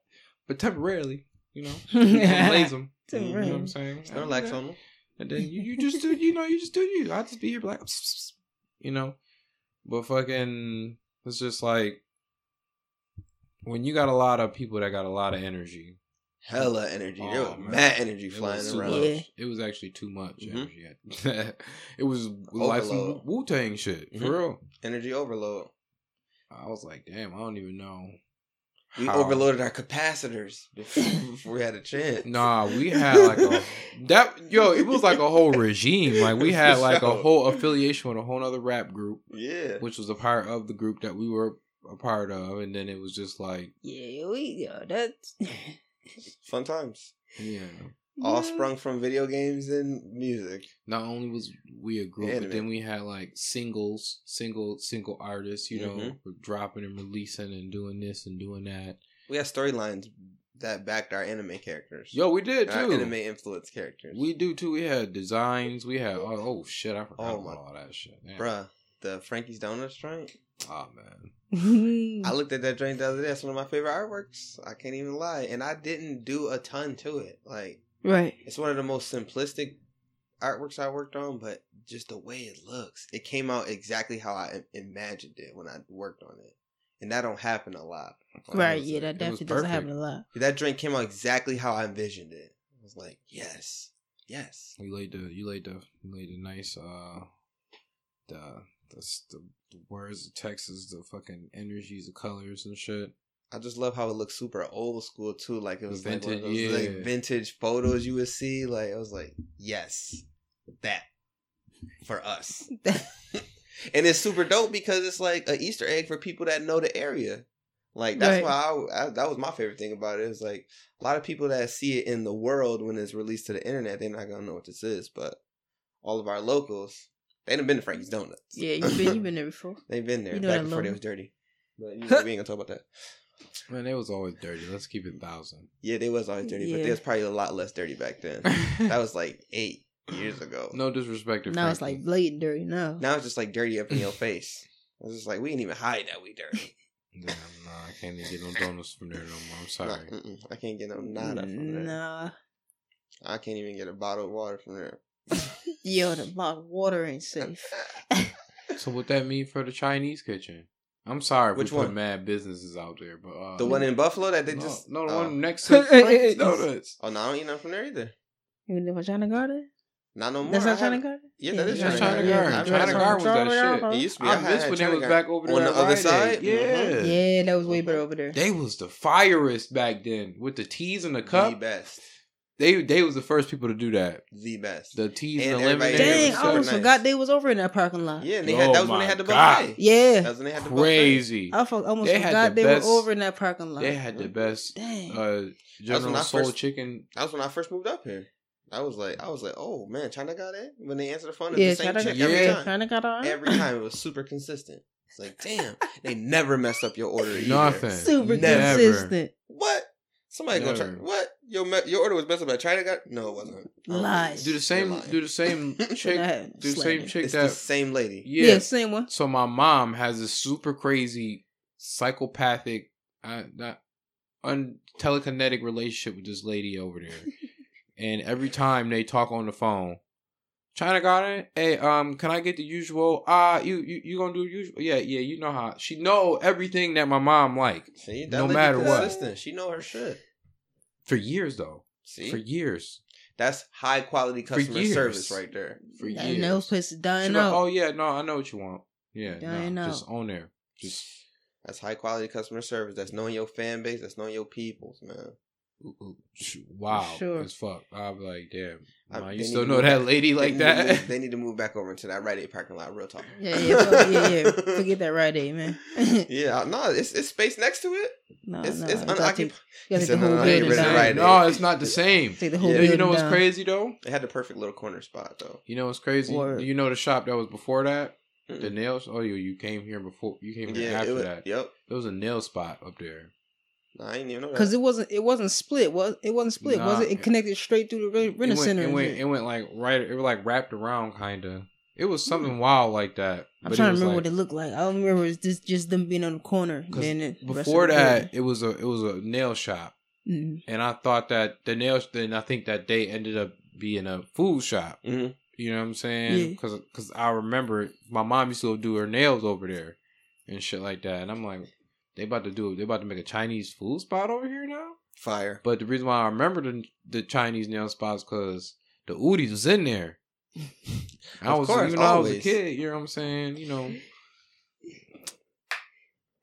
but temporarily. You know, I'm lazy. You know what I'm saying? I I do relax that. on them. And then you, you just do, you know, you just do you. I just be here, be like, you know. But fucking, it's just like when you got a lot of people that got a lot of energy. Hella energy. there Oh, was man. mad energy it flying was too around. much. Yeah. It was actually too much Mhm. energy. it was like some Overload. Wu Tang shit for Mhm. real. Energy overload. I was like, damn, I don't even know. We how- overloaded our capacitors before, before we had a chance. Nah, we had like a that yo. It was like a whole regime. Like we had like a whole affiliation with a whole other rap group. Yeah. which was a part of the group that we were a part of, and then it was just like, Yeah, we yeah, that's Fun times. yeah. All sprung from video games and music. Not only was we a group, Anime. but then we had like singles, single single artists, you know, Mhm. were dropping and releasing and doing this and doing that. We had storylines that backed our anime characters. Yo, we did our anime too. influence characters. We do too. We had designs. We had oh, oh shit, I forgot Oh about my- all that shit. Damn. Bruh, the Frankie's Donuts joint. Oh man, Mm. I looked at that joint the other day. It's one of my favorite artworks. I can't even lie. And I didn't do a ton to it. Like, right. it's one of the most simplistic artworks I worked on, but just the way it looks, it came out exactly how I im- imagined it when I worked on it. And that don't happen a lot. Like, Right, was yeah, a- that it was definitely doesn't happen a perfect. lot. That joint came out exactly how I envisioned it. I was like, yes, yes. you laid the you laid the you laid the nice uh the the, s- the words, the texts, the fucking energies, the colors and shit. I just love how it looks super old school too. Like it was like, one Vintage, of those, yeah. like vintage photos you would see. Like I was like, yes, that for us. and it's super dope because it's like an Easter egg for people that know the area. Like that's Right. why I, I- that was my favorite thing about it. It's like a lot of people that see it in the world when it's released to the internet, they're not gonna know what this is. But all of our locals, they done been to Frankie's Donuts. Yeah, you've been you've been there before. They've been there You know back that before they local. was dirty. But you know, we ain't gonna talk about that. Man, it was always dirty. Let's keep it thousand. Yeah, they was always dirty, but Yeah. they was probably a lot less dirty back then. that was like eight years ago. no disrespect to Now it's like Frankie. blatant dirty now. Now it's just like dirty up in your face. It's just like we didn't even hide that we dirty. Damn, nah, I can't even get no donuts from there no more. I'm Nah, sorry. mm-mm, I can't get no nada from there. Nah. I can't even get a bottle of water from there. Yo, the bottled water ain't safe. so what that mean for the Chinese kitchen? I'm sorry if Which we put one? mad businesses out there, but uh, The one in Buffalo that they no, just no the oh. one next to Frankie's donuts. Oh no, I don't eat nothing from there either. You live in China Garden? Not no more. That's I not China haven't- Garden? Yeah, that is that's China China Garden. Garden. I've China had some- Garden was that shit. It used to be. I, I missed had when they China was Garden. back over on there the at other Rite side. Aid. Yeah. Mhm. Yeah, that was way better over there. They was the firest back then with the teas and the The cup. best. They they was the first people to do that. The best. The teas And and, the everybody- lemonade. Dang, was I so almost nice. forgot they was over in that parking lot. yeah, and they Oh had that was when they my had the God. buffet. Yeah. That was when they had the buffet. crazy. I fo- almost They had forgot the they best- were over in that parking lot. They had the best Dang. uh when General I Soul first- Chicken. That was when I first moved up here. I was like, I was like, oh man, China got it. When they answer the phone, it's yeah, the same China, chick yeah. every time. China Garden. Every time it was super consistent. It's like, damn, they never mess up your order. Either. Nothing. Super Never. consistent. What? Somebody gonna try. Never. What? Your me- your order was messed up by China got? No, it wasn't. I don't Lies. believe Do you. the same. You're lying. Do the same chick. Nah, Do the same slander. chick It's the that. same lady. yeah. Yeah, same one. So my mom has this super crazy psychopathic, uh, not un telekinetic relationship with this lady over there, and every time they talk on the phone, China Garden, hey, um, can I get the usual? Ah, you you you gonna do usual? Yeah, yeah, you know how she know everything that my mom like See, No lady matter what. consistent. she know her shit. for years though, See, for years, that's high quality customer years. service right there. for years. And those places She dying like, out. oh yeah, no, I know what you want. Yeah, Yeah, I nah, know. just on there, just That's high quality customer service. That's knowing your fan base. That's knowing your peoples, man. ooh, ooh, sh- wow Sure. as fuck. I'm like, damn, I- nah, you they still need to know move that lady like they need to that? move- they need to move back over into that Rite Aid parking lot. Real talk. Yeah, yeah, fuck, yeah, yeah. Forget that Rite Aid, man. yeah, no, it's it's space next to it. No, It's no, it's Oh, you gotta unoccupied. take- You He gotta said, take the no, no, whole I ain't building rid of down. Rite Aid. no, it's not the same. Take the whole Yeah. You building know what's down. crazy though? It had the perfect little corner spot though. You know what's crazy? Word. You know the shop that was before that? The Mm. nails? Oh, you you came here before you came here Yeah, it after was, that. yep. There was a nail spot up there. No, I didn't even know that. Cause it wasn't it wasn't split was it wasn't split Nah. was it it connected straight through the re- It rent went, center it and went shit. it went like right it was like wrapped around kinda. It was something wild like that. Hmm. I'm but it trying to was remember like- what it looked like I remember it's just just them being on the corner 'Cause then it before that it was a it was a nail shop. hmm And I thought that the nail then I think that they ended up being a food shop. Mhm. You know what I'm saying? Yeah. Because I remember my mom used to go do her nails over there and shit like that. And I'm like, they about to do they about to make a Chinese food spot over here now. Fire. But the reason why I remember the the Chinese nail spots because the Udis was in there. I Of was course, even though I was a always. kid. You know what I'm saying? You know, you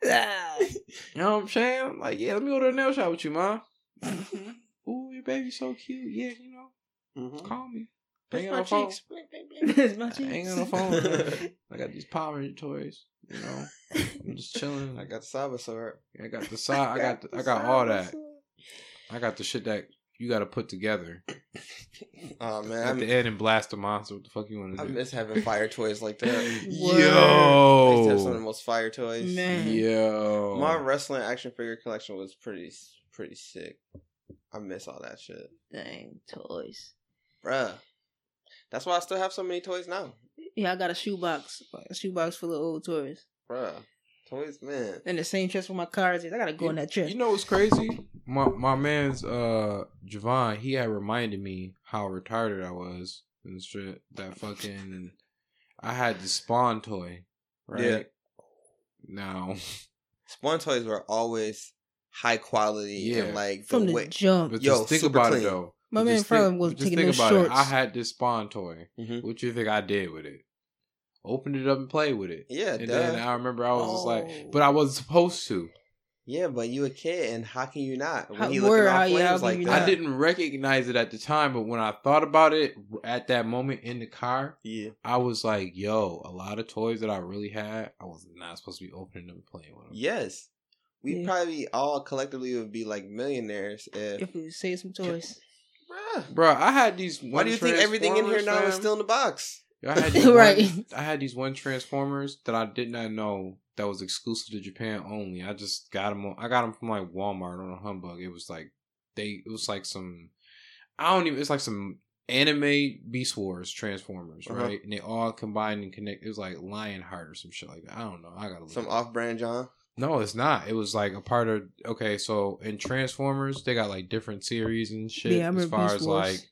Mm. know what I'm saying? I'm like, yeah, let me go to the nail shop with you, ma. Ah. Ooh, your baby's so cute. Yeah, you know, Mhm. call me. That's Ain't my got no phone. cheeks. it's my I ain't cheeks. got no phone. I got these Power Ranger toys. You know, I'm just chilling. I got the Saba sword. I got the side. I got. The, I got all that. I got the shit that you got to put together Oh man, I, at the mi- end and blast the monster. What the fuck you want I to do? miss having fire toys like that. I used to have some of the Yo, most fire toys. Man. yo, My wrestling action figure collection was pretty pretty sick. I miss all that shit, Dang toys. bruh. That's why I still have so many toys now, Yeah, I got a shoebox, a shoebox full of old toys, bruh. Toys, man. and the same chest where my cars is. I gotta go in that chest. You know what's crazy? My my man's uh Javon, he had reminded me how retarded I was and shit. That fucking I had the spawn toy, right? Yeah. Now Spawn toys were always high quality Yeah. and like the From the way. jump, But Yo, just think super about it clean. though. My But man just Fromm was but taking no shorts. I had this spawn toy. Mhm. What you think I did with it? Opened it up and played with it. Yeah, and duh. then I remember I was just Oh. like, but I wasn't supposed to. yeah, but you a kid, and how can you not? How- When he word, looking how off you- flames how like can you that, I didn't recognize it at the time, but when I thought about it at that moment in the car, Yeah, I was like, yo, a lot of toys that I really had, I was not supposed to be opening them and playing with them. yes. We Yeah. probably all collectively would be like millionaires if, If we save some toys, bruh. Bro, I had these. Why do you think everything in here now Transformers, is still in the box? I had these Right. One, I had these one Transformers that I did not know that was exclusive to Japan only. I just got them. I got them from like Walmart on a humbug. It was like they. It was like some. I don't even. It's like some anime Beast Wars Transformers, Uh-huh. right? And they all combined and connect. It was like Lionheart or some shit like that. I don't know. I gotta look. Some it up. off-brand John. No, it's not. It was like a part of okay, so in Transformers they got like different series and shit Yeah, I as remember far Beast as Wars. like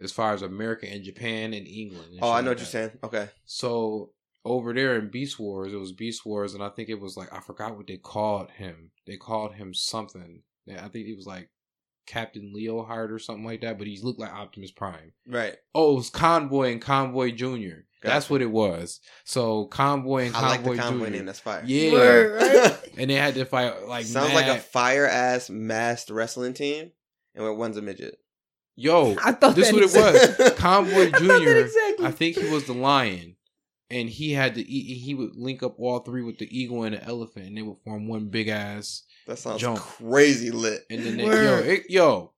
as far as America and Japan and England. and Oh, shit I know like what you're that. saying. Okay. So over there in Beast Wars, it was Beast Wars, and I think it was like I forgot what they called him. They called him something. Yeah, I think it was like Captain Leohard or something like that. But he looked like Optimus Prime. Right. Oh, it was Convoy and Convoy Junior. That's Gotcha. what it was. So Convoy and I like the Convoy, convoy Junior. name. That's fire. Yeah, Word, right? and they had to fight like Sounds like mad- a fire ass masked wrestling team, and where one's a midget. yo. I thought This that what it exact- was. Convoy I thought Junior. that exactly. I think he was the lion, and he had to eat. He would link up all three with the eagle and the elephant, and they would form one big ass. That sounds Jump. crazy lit, And then they, yo, Word. it, yo,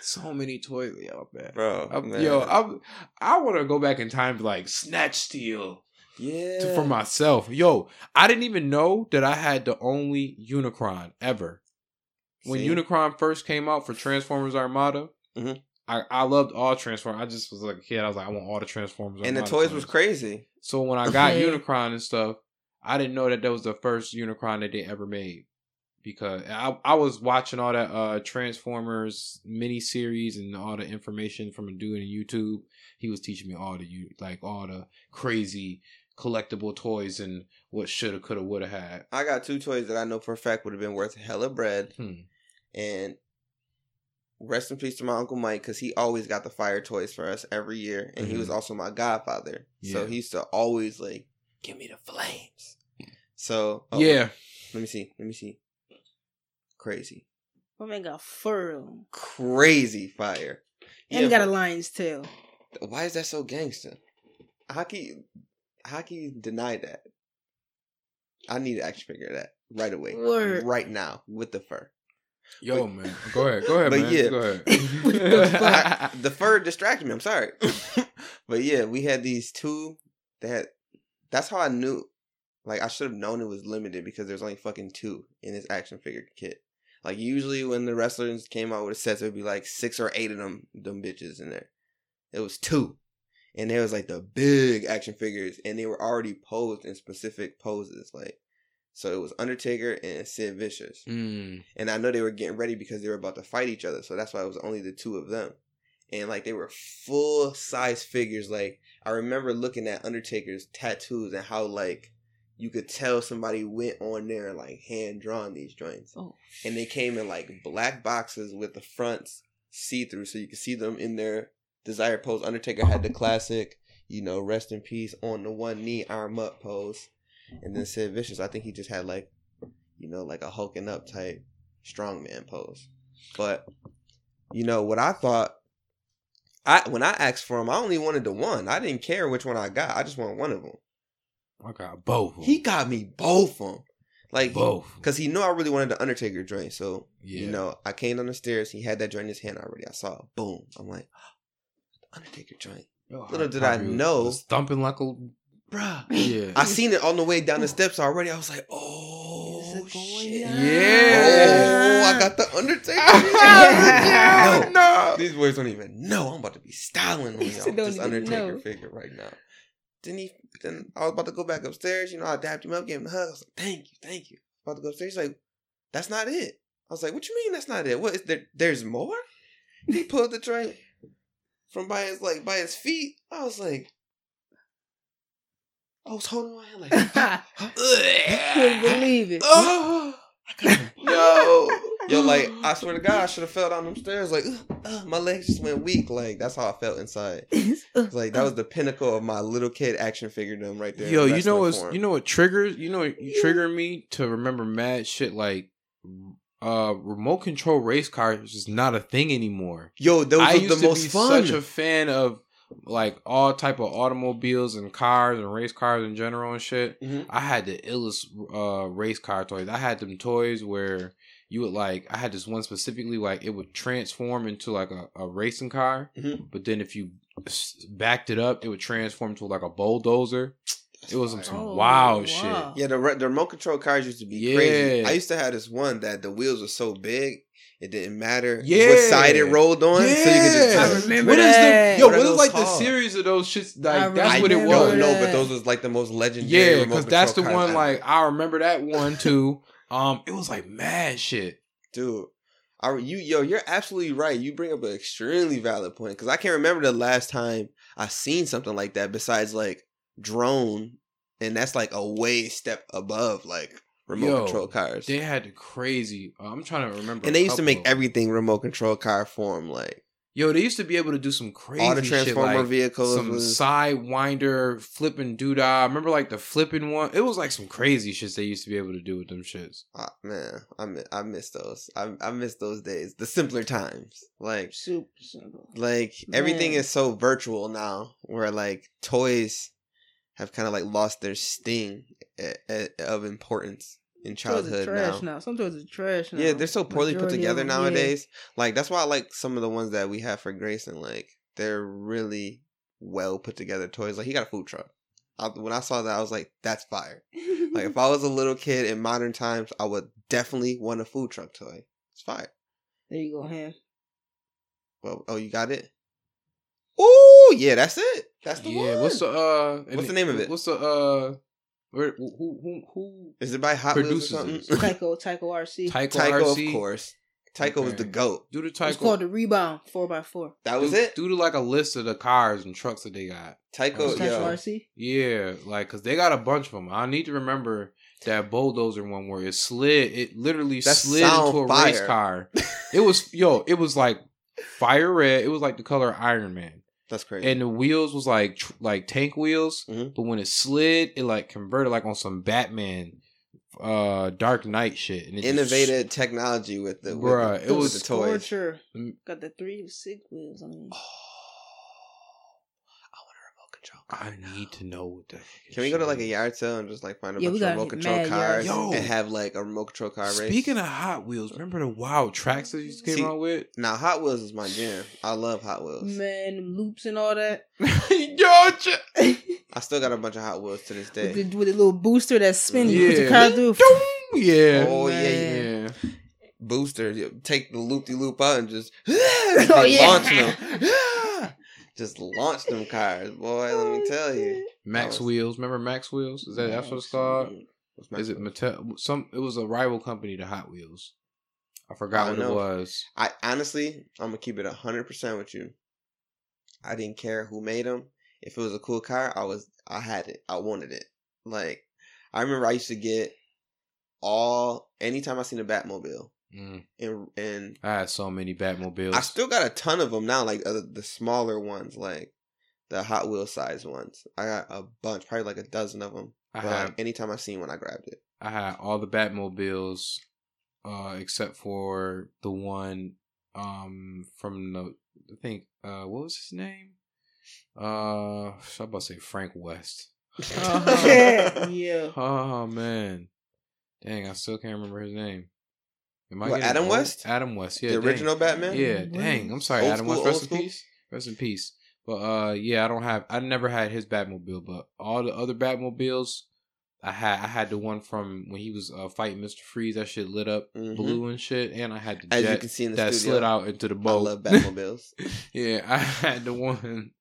so many toys, yo, man. bro. I'm- man. yo, I'm, I want to go back in time to like snatch steal yeah. to, for myself. Yo, I didn't even know that I had the only Unicron ever. When See? Unicron first came out for Transformers Armada, Mhm. I, I loved all Transformers. I just was like a kid. I was like, I want all the Transformers. and the Armada toys was crazy. so when I got Yeah. Unicron and stuff, I didn't know that that was the first Unicron that they ever made. because I, I was watching all that uh Transformers miniseries and all the information from a dude in YouTube. He was teaching me all the you like all the crazy collectible toys and what shoulda, coulda, woulda had. I got two toys that I know for a fact would have been worth hella bread. Hmm. And rest in peace to my uncle Mike because he always got the fire toys for us every year, and he was Mhm. also my godfather. So Yeah. he used to always like give me the flames. So oh, yeah, let me see, let me see. Crazy, My man got fur on. crazy fire. And Yeah, he got a lion's tail. why is that so gangster? Hockey, hockey deny that. I need to action figure of that right away, Word. right now with the fur. yo man, go ahead, go ahead, But man, yeah. go ahead. What the I- the fur distracted me. I'm sorry, but yeah, we had these two that. That's how I knew. Like I should have known it was limited because there's only fucking two in this action figure kit. Like usually when the wrestlers came out with sets, it would be like six or eight of them them bitches in there. It was two, and there was like the big action figures, and they were already posed in specific poses. Like so, it was Undertaker and Sid Vicious. Mm, And I know they were getting ready because they were about to fight each other. So that's why it was only the two of them. And like they were full size figures. Like I remember looking at Undertaker's tattoos and how like you could tell somebody went on there and like hand drawn these joints. Oh. And they came in like black boxes with the fronts see through so you could see them in their desired pose. Undertaker had the classic, you know, rest in peace on the one knee, arm up pose. And then Sid Vicious, I think he just had like, you know, like a hulking up type strongman pose. But you know what I thought I when I asked for him, I only wanted the one. I didn't care which one I got. I just wanted one of them. I got both. of 'em. He got me both of them. Like both. cuz he knew I really wanted the Undertaker joint. So, yeah. you know, I came down the stairs, he had that joint in his hand already. I saw it. Boom. I'm like, "Ah, the Undertaker joint. Yo, little did I probably know- was thumping like a Bruh. yeah. I seen it on the way down the steps already. I was like, "Oh Is it going shit. down? Yeah. Oh, I got the Undertaker. Yeah. No. These boys don't even know I'm about to be styling on He y'all said with don't this even Undertaker know. figure right now. Then he, then I was about to go back upstairs. You know, I dapped him up, gave him the hug. I was like, "Thank you, thank you." About to go upstairs, he's like, "That's not it." I was like, "What you mean that's not it? What is there? There's more?" He pulled the drink from by his like by his feet. I was like, I was holding my hand like, Couldn't believe it. oh, no. Yo, like, I swear to God, I should have fell down them stairs. Like, ugh, ugh, my legs just went weak. Like, that's how I felt inside. It's Like, that was the pinnacle of my little kid action figure them right there. in Yo, you wrestling know what's form. you know what triggers you know what you trigger me to remember mad shit like uh remote control race cars is not a thing anymore. Yo, those I was used the to most be fun. such a fan of like all type of automobiles and cars and race cars in general and shit. Mhm. I had the illest uh race car toys. I had them toys where you would like I had this one specifically like it would transform into like a, a racing car, Mhm. but then if you s- backed it up, it would transform to like a bulldozer. It was some, some Oh, wild wow. shit. Yeah, the, re- the remote control cars used to be Yeah. crazy. I used to have this one that the wheels were so big, it didn't matter what Yeah. side it rolled on. So you could Yeah. just. I remember What is that. the yo? What are What is those like called? the series of those shits? Like I that's what it I remember was. don't know, but that. those was like the most legendary. Yeah, remote because that's the control cars one. ever. Like I remember that one too. Um, it was like mad shit. dude. I, you yo, you're absolutely right. You bring up an extremely valid point because I can't remember the last time I seen something like that besides like drone, and that's like a way step above like remote Yo, control cars. They had the crazy. Uh, I'm trying to remember. And a they used to couple make of 'em. everything remote control car form, like Yo, they used to be able to do some crazy all the shit, transformer like vehicles. some was- sidewinder flipping doodah. Remember like the flipping one? It was like some crazy shits they used to be able to do with them shits. Ah, man, I mi- I miss those. I I miss those days, the simpler times. Like Super simple. like everything Man. is so virtual now where like toys have kind of like lost their sting eh, eh, of importance in Toys are childhood now. trash now. Some toys are trash now. yeah they're so poorly put Majority of together them, yeah. nowadays like that's why i like some of the ones that we have for grayson like they're really well put together toys like he got a food truck I, when i saw that i was like that's fire like if i was a little kid in modern times i would definitely want a food truck toy it's fire there you go, Ham. well oh you got it oh yeah that's it that's the yeah, one what's the uh? What's the name of it? What's the uh? Where, who who who? Is it by Hot Wheels Produces or something? it. Tyco, Tyco RC. Tyco, Tyco, RC. of course. Tyco was Okay. the goat. Do the Tyco. It's called the Rebound 4x4. That was do, it. Do the, like a list of the cars and trucks that they got. Tyco, Tyco yo, RC. Yeah, like because they got a bunch of them. I need to remember that bulldozer one where it slid. It literally That slid sound into a race fire. car. it was yo. It was like fire red. It was like the color of Iron Man, that's crazy. and the wheels was like tr- like tank wheels. Mhm. But when it slid, it like converted like on some Batman, uh, Dark Knight shit. And it just- Innovated technology with the, with Bruh, the it was- with the toys. Oh, Scorcher. Mm. Got the three six wheels. I Oh. mean, I need to know what the. fuck Can we go to shit like a is. yard sale and just like find a Yeah, we bunch of gotta remote hit control mad cars yard sales. and have like a remote control car race? Speaking of Hot Wheels, remember the wild tracks that you just came See- out with? now, Hot Wheels is my jam. I love Hot Wheels. man, them loops and all that. Yo, ch- with, I still got a bunch of Hot Wheels to this the, day. with the little booster that's spinning. You put your Yeah. car through. yeah. Oh, yeah, Man. yeah. Booster, you take the loop de loop out and just, Oh, just yeah. launch them. just launch them cars, boy. Let me tell you. Max That was- Wheels. Remember Max Wheels? Is that that's what it's called? What's my- Is it Mattel? Some it was a rival company to Hot Wheels. I forgot I what don't know. it was. I honestly, I'm gonna keep it hundred percent with you. I didn't care who made them. If it was a cool car, I was, I had it. I wanted it. Like, I remember I used to get all anytime I seen a Batmobile, Mm. and and I had so many Batmobiles. I still got a ton of them now. Like uh, the smaller ones, like the Hot Wheel size ones. I got a bunch, probably like a dozen of them. I But have like, anytime I seen one, I grabbed it. I had all the Batmobiles, uh, except for the one um from the I think uh what was his name? Uh, I was about to say Frank West. yeah, yeah. Oh man, dang! I still can't remember his name. Am What, getting Adam old? West? Adam West, yeah, the dang. original Batman. Yeah, Wait. dang. I'm sorry, Old Adam school, West. old Rest in school? peace. Rest in peace. But uh, yeah, I don't have. I never had his Batmobile, but all the other Batmobiles, I had. I had the one from when he was uh, fighting Mister Freeze. That shit lit up Mhm. blue and shit. And I had the As jet you can see in the that studio, slid out into the I boat. love Batmobiles. yeah, I had the one,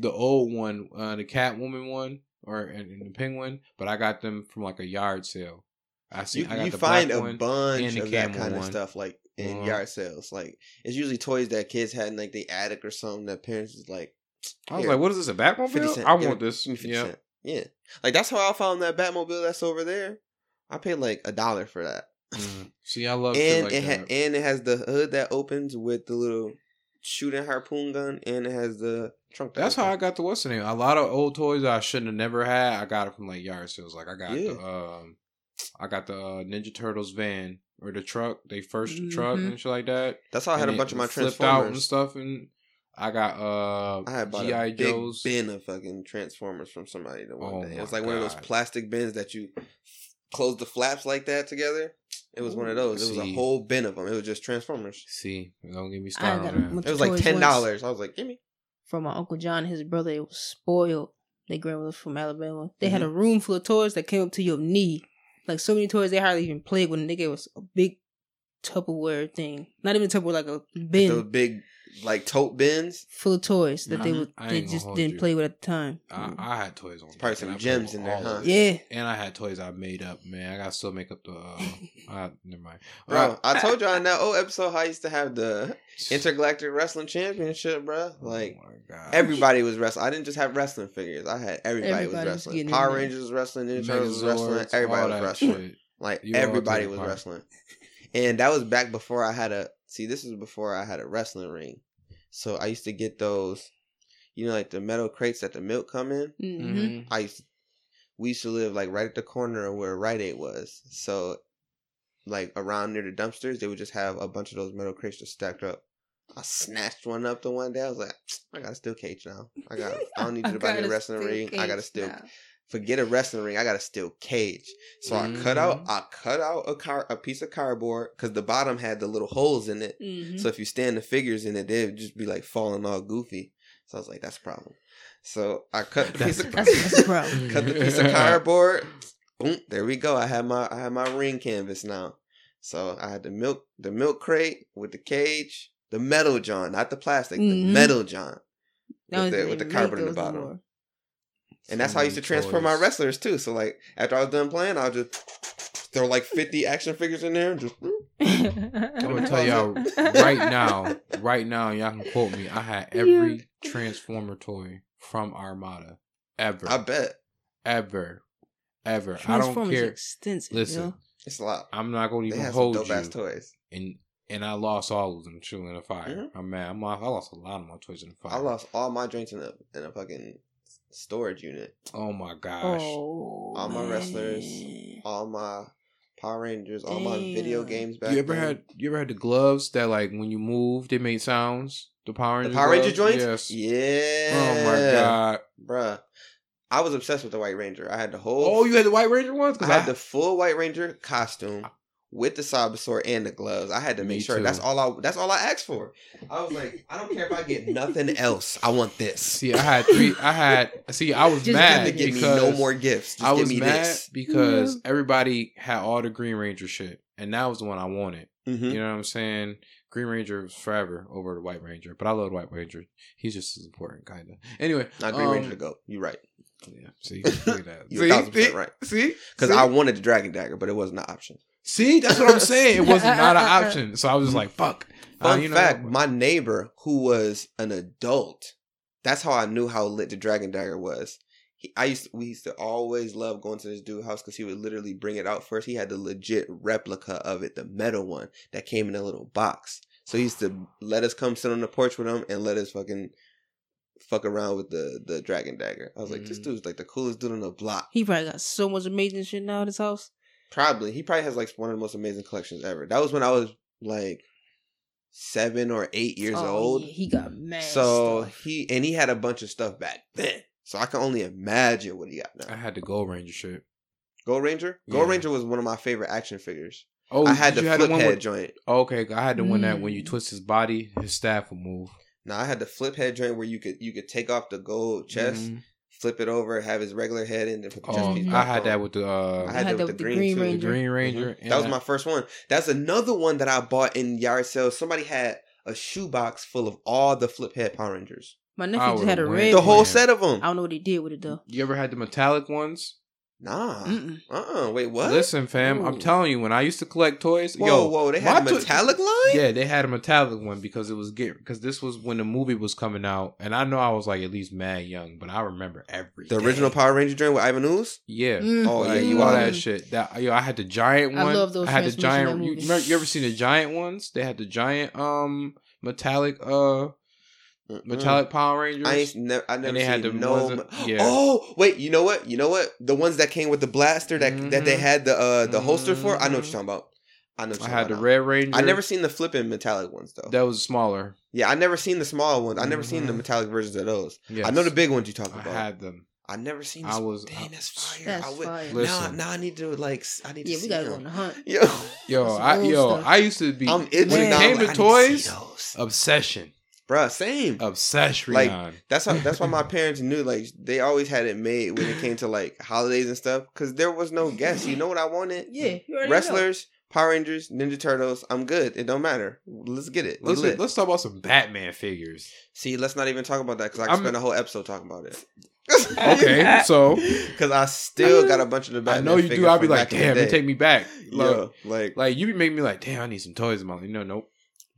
the old one, uh, the Catwoman one, or and, and the Penguin. But I got them from like a yard sale. I see. you, I got you the find black a one. bunch and the of that camel kind of one. stuff like in Uh-huh. yard sales. Like it's usually toys that kids had in like the attic or something that parents was like I was here, like, "What is this? A 50 Batmobile? cent. I Give want me- this." give me 50 Yeah, cent." Yeah. Like that's how I found that Batmobile that's over there. I paid like a dollar for that. Mm. See, I love shit and like it ha- that. and it has the hood that opens with the little shooting harpoon gun and it has the trunk. that That's how I opens. got the what's the name. A lot of old toys that I shouldn't have never had. I got it from like yard sales. Like I got Yeah. the um, I got the uh, Ninja Turtles van or the truck. They 1st truck Mhm. and shit like that. That's how Mm-hmm. I had a And it bunch of my flipped out and Transformers. stuff. And I got I uh had bought GI a big Joe's. bin of fucking Transformers from somebody the one Oh day. It my was like one of those God. plastic bins that you close the flaps like that together. It was one of those. It was See. a whole bin of them. It was just Transformers. See, don't get me I started got on that. It was like toys ten once dollars. I was like, give me. From my uncle John, and his brother it was spoiled. They grandmother from Alabama. They had a Mm-hmm. room full of toys that came up to your knee. Like so many toys they hardly even played with. And they gave us a big Tupperware thing. Not even Tupperware, like a bin Those big like tote bins. full of toys that they Mhm. would I they ain't gonna just hold didn't you. play with at the time. Mm. I, I had toys on. Probably deck, some and I played gems with in there, all of huh? it. yeah. And I had toys I made up, man. I gotta still make up the. Uh, uh, never mind. Bro, All right. I told y'all in that old episode how I used to have the Intergalactic Wrestling Championship, bro. Like oh my God. everybody was wrestling. I didn't just have wrestling figures. I had everybody was Everybody was wrestling. getting in Power there. Rangers was wrestling, Ninja Turtles was Megazords, wrestling, everybody all was that wrestling. shit. Like You all everybody took was part. wrestling. And that was back before I had a see, this was before I had a wrestling ring. So I used to get those, you know, like the metal crates that the milk come in. Mm-hmm. Mhm. I used we used to live like right at the corner of where Rite Aid was. So like around near the dumpsters, they would just have a bunch of those metal crates just stacked up. I snatched one up the one day. I was like, I got a steel cage now. I got I don't need you to buy me a wrestling ring. I got a steel forget a wrestling ring. I got a steel cage. So I cut out Mm-hmm. I cut out a car a piece of cardboard because the bottom had the little holes in it. Mm-hmm. So if you stand the figures in it, they'd just be like falling all goofy. So I was like, that's a problem. So I cut the That's piece of a problem. That's a problem. cut the piece of cardboard. Boom, there we go. I have my I have my ring canvas now. So I had the milk the milk crate with the cage, the metal John, not the plastic, the Mhm. metal John. That with was the- with the even cardboard in made the those no bottom. more. And that's how I used to transfer my wrestling. wrestlers too. So like after I was done playing, I'll just throw like fifty action figures in there and just I'm Come gonna and tell y'all right now, right now, y'all can quote me. I had every Transformer toy from Armada ever, I bet. ever, ever. I don't Transformers care. extensive. Listen, yo. It's a lot. I'm not gonna They even had some hold dope ass you. toys. And and I lost all of them too in a fire. Mhm. I'm mad. I'm, I lost a lot of my toys in a fire. I lost all my drinks in a in a fucking storage unit. Oh my gosh. Oh, All my wrestlers. man. All my Power Rangers, all my video Damn. games back. you ever then. had you ever had the gloves that like when you moved they made sounds? The Power the Ranger Power Ranger gloves? joints? Yes. Yeah. Oh my god. bruh. I was obsessed with the White Ranger. I had the whole. Oh, you had the White Ranger ones? I Cause had the full White Ranger costume with the Sabasaur and the gloves. I had to Me make sure too. that's all I. That's all I asked for. I was like, I don't care if I get nothing else. I want this. See, I had three. I had see. I was Just mad Had to give give me because no more gifts. Just I was give me mad this. because everybody had all the Green Ranger shit, and that was the one I wanted. Mhm. You know what I'm saying? Green Ranger was forever over the White Ranger, but I love the White Ranger. He's just as important, kind of. Anyway, Not Green um, Ranger to go. You're right. Yeah, see, look at that. You're a thousand see, percent see, right. see, Because see? I wanted the Dragon Dagger, but it wasn't an option. see. That's what I'm saying. It was not an option, so I was just like, "Fuck." Fun Uh, you know, fact: My neighbor, who was an adult, that's how I knew how lit the Dragon Dagger was. He, I used we used to always love going to this dude's house because he would literally bring it out first. He had the legit replica of it, the metal one that came in a little box. So he used to let us come sit on the porch with him and let us fucking fuck around with the the Dragon Dagger. I was like, this Mhm. dude's like the coolest dude on the block. He probably got so much amazing shit now at his house. Probably. He probably has like one of the most amazing collections ever. That was when I was like seven or eight years Oh, old. yeah, he got mad. so stuff. he and he had a bunch of stuff back then. So I can only imagine what he got I now. had the Gold Ranger shit. Go Ranger? Go Yeah. Ranger was one of my favorite action figures. Oh, I had the did you flip one head with- joint. Okay, I had the one that when you Mm. twist his body, his staff will move. Now I had the flip head joint where you could you could take off the gold chest, Mhm. flip it over, have his regular head in, and put the chest Oh, piece I back had on. that with the uh, I had, that with the, green, too. the Green Ranger. Mhm. and That was I- my first one. That's another one that I bought in yard sale. Somebody had a shoebox full of all the flip head Power Rangers. my I nephew just would've had a went. red. The whole man. one. set of I them. don't know what he did with it though. You ever had the metallic ones? Nah. Uh Mm-mm. uh Wait, what? Mm. Listen, fam, I'm Ooh. telling you, when I used to collect toys, whoa, yo, whoa. They had my a to- metallic line? Yeah, they had a metallic one because it was get because this was when the movie was coming out, and I know I was like at least mad young, but I remember every The original Power Ranger joint with Ivan Ooze? Yeah. Mm. Oh Oh, yeah, yeah, you Mm. all that shit. That yo, I had the giant one. I love those I had the transmissions giant. in that You, movie. remember- you ever seen the giant ones? They had the giant um metallic uh Mm-mm. metallic Power Rangers. Mm. I ain't never. I never they seen had the no. ones that- ma- yeah. Oh wait, you know what? You know what? The ones that came with the blaster that that they Mhm. had the uh the holster for. I know what Mhm. you're talking about. I know. What I you're had the talking about Red Ranger. now. I never seen the flipping metallic ones though. that was smaller. yeah, I never seen the small ones. I never seen the Mhm. metallic versions of those. Yes. I know the big ones you talk I about. I, had them. never seen. The I I was Dang, I- that's fire. That's I would, fire. Listen. Now, now I need to like. s- I need yeah, to we see gotta go on them. the hunt. Yo, yo Some I old yo stuff. I used to be I'm itching. when it now, came like, to I need to toys see uh, those. obsession bruh, same. obsession That's how. That's why my parents knew. Like they always had it made when it came to like holidays and stuff, because there was no guess. You know what I wanted? Yeah, you already know. Wrestlers, Power Rangers, Ninja Turtles. I'm good. It don't matter. Let's get it. We Let's, lit. let's talk about some Batman figures. See, let's not even talk about that because I I'm- can spend a whole episode talking about it. Okay, so Because I still got a bunch of the I Batman. know you do. figures I'll be from like, back in the damn, day." it take me back. Like, yeah, like, like you be making me like, damn, I need some toys in my life. No, nope.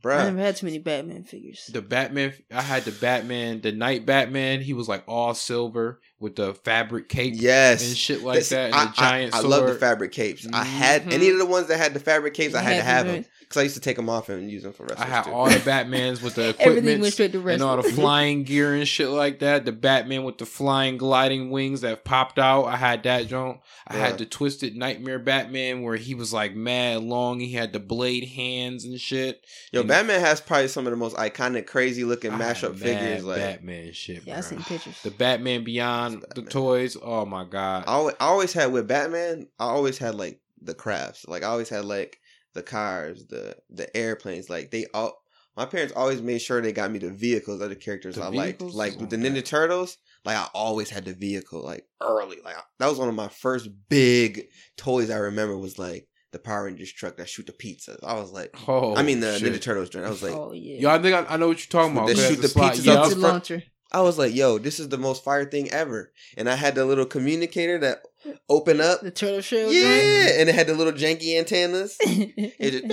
I bruh. never had too many Batman figures. The Batman, I had the Batman, the Night Batman. He was like all silver with the fabric cape Yes. and shit like That's- that, and I, the giant I, I sword. love the fabric capes. I had Mhm. any of the ones that had the fabric capes. I You had to have the- them because I used to take them off and use them for I wrestling. had all the Batmans with the Everything equipment went straight to and all wrestling. the flying gear and shit like that. The Batman with the flying gliding wings that popped out. I had that joint. I Yeah. had the twisted nightmare Batman where he was like mad long. He had the blade hands and shit. Yo, And Batman has probably some of the most iconic, crazy looking I had mashup mad figures. Like, Batman shit. yeah, I bruh. seen pictures. The Batman Beyond, That's the Batman. toys. Oh my god. I always, I always had with Batman. I always had like the crafts. Like, I always had like the cars, the the airplanes. Like, they all. My parents always made sure they got me the vehicles of the characters The I liked. vehicles? Like with the Oh, Ninja man. Turtles, like I always had the vehicle like early. Like I- that was one of my first big toys I remember was like the Power Rangers truck that shoot the pizzas. I was like, Oh, I mean the shit. Ninja Turtles. joint. I was like, oh yeah, Yo, I think I, I know what you're talking about. They okay, shoot the the slot. pizzas Yeah, out I the was Pizza fir- fir- launcher. I was like, yo, this is the most fire thing ever. And I had the little communicator that opened up. The turtle shell. Yeah. And it had the little janky antennas. joint. It just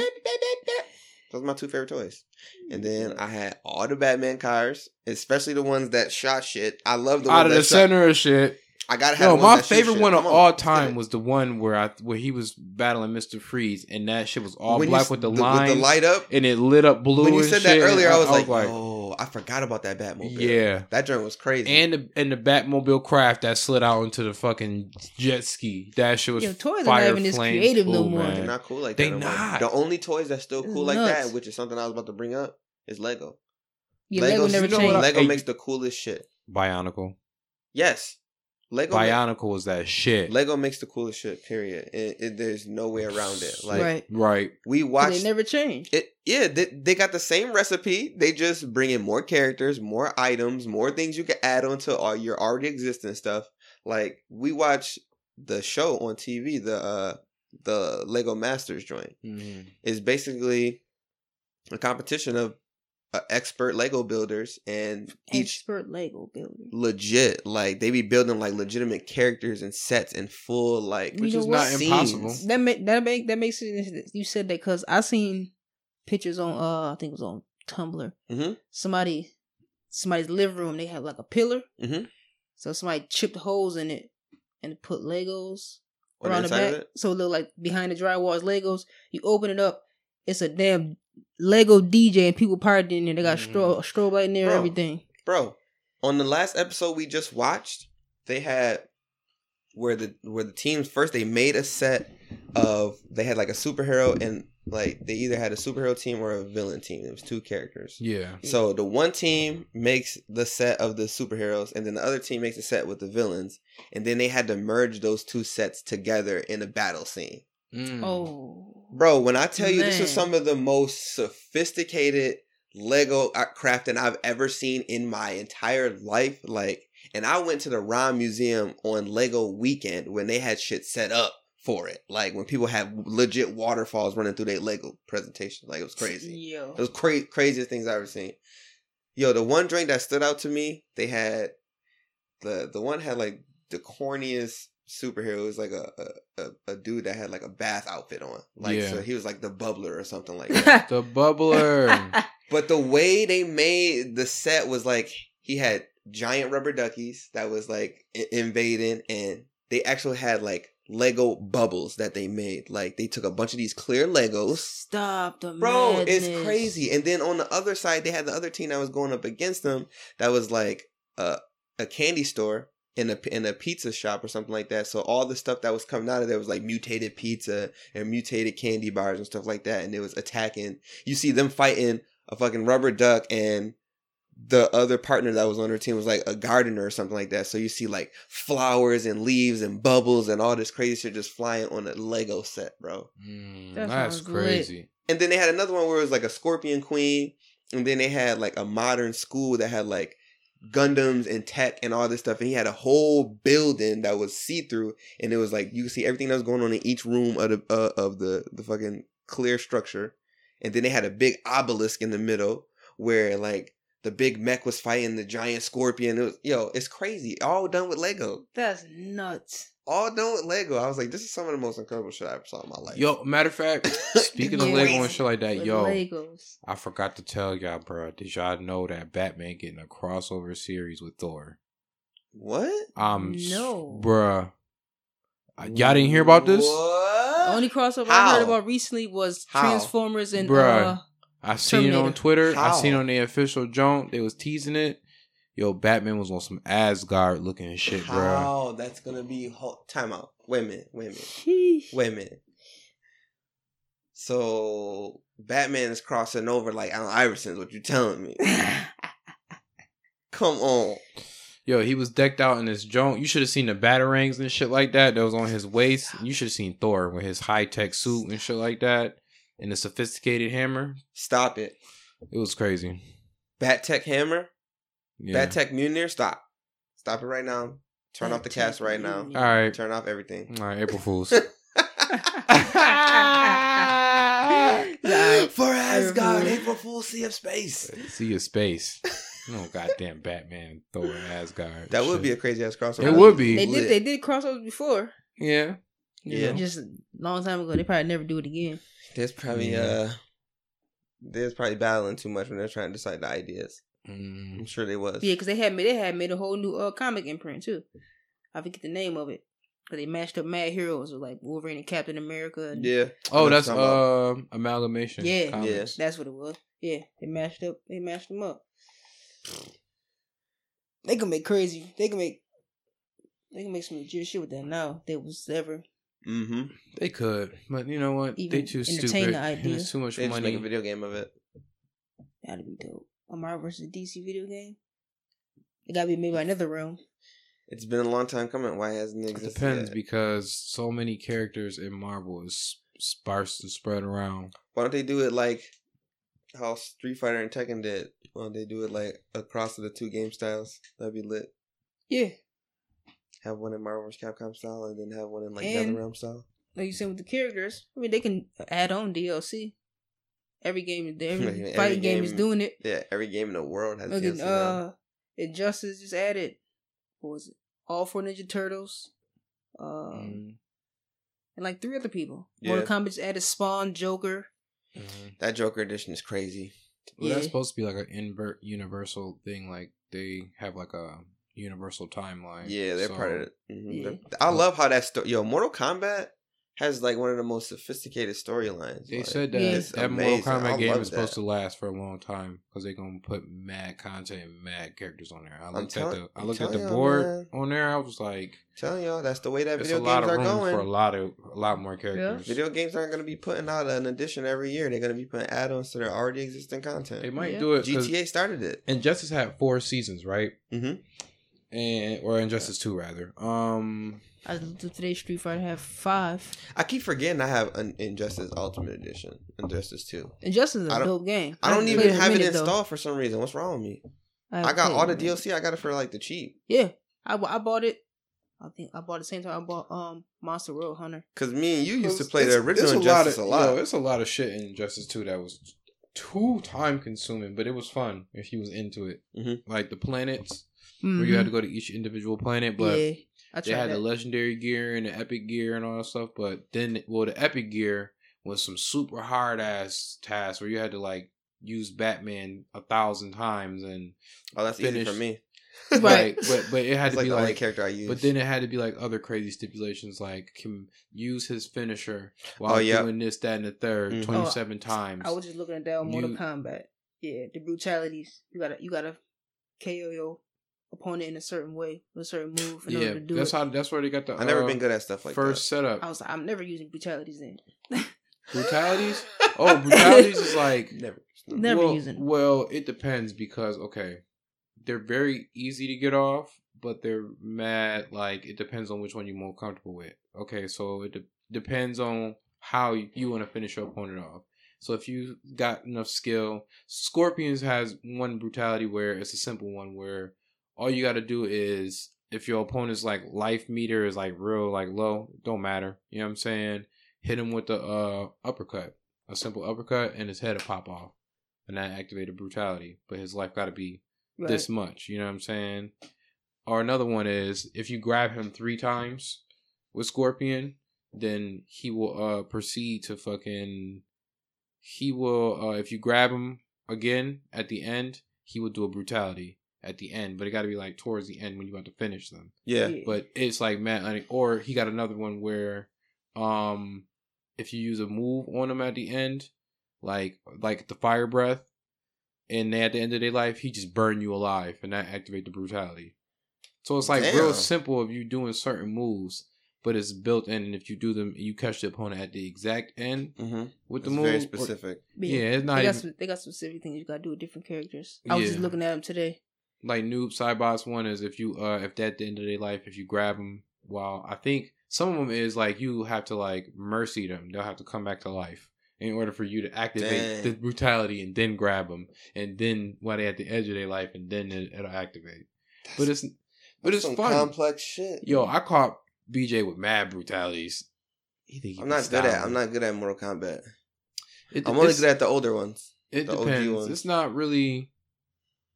those are my two favorite toys. And then I had all the Batman cars, especially the ones that shot shit. I love the Out ones of that the shot. center of shit. I gotta have No, the ones my that shoot favorite shit. one of Come on, all let's get time it. was the one where I where he was battling Mister Freeze, and that shit was all When you black s- with the with lines, the light up. and it lit up blue. When you and said that shit, and earlier, I was, like, oh, I forgot about that Batmobile. yeah. that joint was crazy. And the and the Batmobile craft that slid out into the fucking jet ski. That shit was Yo, toys are not fire even this flames. creative no Ooh, more. they're man. not cool like They that. no more. not. The only toys that's still This cool is like nuts. that, which is something I was about to bring up, is Lego. Your Lego Lego's- never you know what changed. I- Lego Hey. makes the coolest shit. Bionicle. Yes, Lego. ma- Bionicle was that shit. Lego makes the coolest shit. Period. It, it, there's no way around it. Like right. right. we 'Cause watched They never changed. it. Yeah, they, they got the same recipe. They just bring in more characters, more items, more things you can add onto all your already existing stuff. Like we watch the show on TV, the uh, the Lego Masters joint Mm-hmm. is basically a competition of uh, expert Lego builders, and each Expert Lego builder. legit. Like they be building like legitimate characters and sets and full like You Which know is what? not impossible. scenes. That make that make that makes it. You said that because I seen pictures on uh I think it was on Tumblr. Mhm. Somebody somebody's living room they had like a pillar. Mhm. So somebody chipped holes in it and put Legos on the around the inside of back. it. So it look like behind the drywall is Legos. You open it up, it's a damn Lego DJ and people partied in there. They got Mhm. stro- strobe light in there, Mm. Bro. everything. Bro, on the last episode we just watched, they had where the where the teams first they made a set of they had like a superhero and like they either had a superhero team or a villain team. It was two characters. Yeah. So the one team makes the set of the superheroes, and then the other team makes a set with the villains, and then they had to merge those two sets together in a battle scene. Mm. Mm. Oh, Bro, when I tell you this is Man. some of the most sophisticated Lego art crafting I've ever seen in my entire life, like, and I went to the Ron Museum on Lego weekend when they had shit set up for it, like when people had legit waterfalls running through their Lego presentation, like it was crazy. Yeah. Those cra- craziest things I've ever seen. Yo, the one drink that stood out to me, they had the the one had like the corniest superhero. It was like a a, a, a dude that had like a bath outfit on. Like Yeah. so he was like the bubbler or something like that. The bubbler. but the way they made the set was like he had giant rubber duckies that was like i- invading and they actually had like Lego bubbles that they made. Like they took a bunch of these clear Legos. Stop the Bro, it's madness. crazy. And then on the other side, they had the other team that was going up against them that was like a a candy store and a and a pizza shop or something like that. So all the stuff that was coming out of there was like mutated pizza and mutated candy bars and stuff like that. And it was attacking. You see them fighting a fucking rubber duck and the other partner that was on her team was like a gardener or something like that. So you see like flowers and leaves and bubbles and all this crazy shit just flying on a Lego set, bro. Mm, That that's sounds lit. crazy. And then they had another one where it was like a Scorpion Queen. And then they had like a modern school that had like Gundams and tech and all this stuff. And he had a whole building that was see through. And it was like you could see everything that was going on in each room of the uh, of the the fucking clear structure. And then they had a big obelisk in the middle where like the big mech was fighting the giant scorpion. It was yo, it's crazy. All done with Lego. That's nuts. All done with Lego. I was like, this is some of the most incredible shit I ever saw in my life. Yo, matter of fact, speaking of Yeah. Lego and shit like that, With yo, Legos. I forgot to tell y'all, bro. Did y'all know that Batman getting a crossover series with Thor? what? Um, No. bruh. Uh, Y'all didn't hear about this? What? The only crossover How? I heard about recently was How? Transformers and Bruh. uh, I seen it on Terminator. Twitter. I How? seen it on the official joint. They was teasing it. Yo, Batman was on some Asgard looking shit, bruh. How? That's gonna be whole time out. Wait a minute. Wait a minute. sheesh. Wait a minute. So Batman is crossing over like Alan Iverson's. What you telling me? Come on. Yo, he was decked out in his joint. You should have seen the batarangs and shit like that that was on his waist. You should have seen Thor with his high tech suit and shit like that, and the sophisticated hammer. Stop it. It was crazy. Bat Tech Hammer. Yeah. Bat Tech Munir. Stop. Stop it right now. Turn off the Bat-Tech cast right now. Munir. All right. Turn off everything. All right, April Fools. Mm. For Asgard, Everyone. Mm-hmm. April Fool Sea of Space. See your space. No goddamn Batman throwing Asgard. That would be a shit. crazy ass crossover. It would be. They did Lit. they did crossovers before. yeah. You Yeah. know. Just a long time ago. They probably never do it again. There's probably Yeah. uh, there's probably battling too much when they're trying to decide the ideas. I'm Mm, sure they was. Yeah, because they had made they had made a whole new uh, comic imprint too. I forget the name of it. But they matched up mad heroes with like Wolverine and Captain America. And Yeah. Oh, what that's you're talking um amalgamation. Yeah. comics. That's what it was. Yeah, they matched up. They matched them up. They can make crazy. They can make. They can make some legit shit with that now. They was ever. Mm-hmm. They could, but you know what? they Even too entertain stupid. the and idea. It's too much They just make a money. video game of it. That'd be dope. A Marvel versus DC video game. It gotta be made by another realm. It's been a long time coming. Why hasn't it It existed? depends yet? because so many characters in Marvel is sparse and spread around. Why don't they do it like how Street Fighter and Tekken did? Why don't they do it like across the two game styles? That'd be lit. Yeah, Have one in Marvel vs. Capcom style, and then have one in like And- NetherRealm style. like you said with the characters. I mean, they can add on DLC. Every game is there. Every Every fighting game, is game- doing it. Yeah, every game in the world has Look at DLC now. uh, Injustice just added. What was it? All four Ninja Turtles. Um, Mm, and like three other people. Yeah. Mortal Kombat just added Spawn, Joker. mhm. That Joker edition is crazy. Well, that's Yeah. supposed to be like an invert universal thing. Like they have like a universal timeline. Yeah, they're So, part of. It. Mhm. Yeah. They're- I love how that story. Yo, Mortal Kombat has like one of the most sophisticated storylines. They Like, said that It's that Mortal amazing. I Kombat game love is supposed that. to last for a long time because they're gonna put mad content and mad characters on there. I looked telling- at the I I'm looked at the telling y'all, board man. on there. I was like, telling y'all that's the way that it's a video lot games of are room going. for a lot of a lot more characters. Video games aren't going to be putting out an edition every year. They're going to be putting add-ons to their already existing They content. might Yeah. do it. 'cause- GTA started it. Injustice had four seasons, right? Mhm. And or Injustice two rather. Um, I looked up today. Street Fighter have five. I keep forgetting I have an Injustice Ultimate Edition, Injustice Two. Injustice is I a don't- dope game. I don't haven't even played a have it minute, though. installed for some reason. What's wrong with me? haven't I got played all it the in a minute. DLC. I got it for like the cheap. Yeah, I, bu- I bought it. I think I bought it same time I bought um Monster Road Hunter. Cause me and you used to it's- play the it's- original it's Injustice a of, lot. yo, it's a lot of shit in Injustice two that was too time consuming, but it was fun if you was into it. Mhm. Like the planets, where you had to go to each individual planet, but Mm-hmm. yeah, I they tried had that. the legendary gear and the epic gear and all that stuff. But then, well, the epic gear was some super hard ass tasks where you had to like use Batman a thousand times and oh, that's easy for finished. me. Right. like, but but it had It's to like be the only like character I use. But then it had to be like other crazy stipulations, like can use his finisher while Oh, yeah. doing this, that, and the 3rd Mhm. twenty-seven times. Oh, I was just looking at that on Mortal You- Kombat. Yeah, the brutalities. You gotta you gotta KO your opponent in a certain way, with a certain move in yeah, order to do that's it. how. That's where they got the. I've never uh, been good at stuff like first I setup was like, I'm never using brutalities in. brutalities. oh, brutalities is that. like Never. Never well, using. Well, it depends because okay, they're very easy to get off, but they're mad. Like it depends on which one you're more comfortable with. Okay, so it de- depends on how you want to finish your opponent off. So if you got enough skill, Scorpions has one brutality where it's a simple one where all you got to do is if your opponent's like life meter is like real like low, don't matter. You know what I'm saying? Hit him with the uh, uppercut, a simple uppercut, and his head will pop off and that activated brutality, but his life got to be Right. this much. You know what I'm saying? Or another one is if you grab him three times with Scorpion, then he will uh proceed to fucking. He will uh if you grab him again at the end, he will do a brutality at the end, but it got to be like towards the end when you about to finish them Yeah. but it's like man like, or he got another one where um if you use a move on him at the end like like the fire breath and they, at the end of their life he just burn you alive and that activate the brutality so it's like Damn. real simple if you doing certain moves but it's built in and if you do them you catch the opponent at the exact end Mm-hmm. with It's the move very or- specific. yeah it's They not got, even, some, they got specific things you gotta do with different characters. I was just Yeah. looking at them today. like noob sidebots one is if you uh if at the end of their life if you grab them while i think some of them is like you have to like mercy them they'll have to come back to life in order for you to activate Dang. the brutality and then grab them and then while they at the edge of their life and then it, it'll activate but it's but That's it's some fun complex shit. yo i caught bj with mad brutalities He think he can I'm not good style at. me. I'm not good at Mortal Kombat. It- I'm only it's- good at the older ones. It The OG depends. ones. It's not really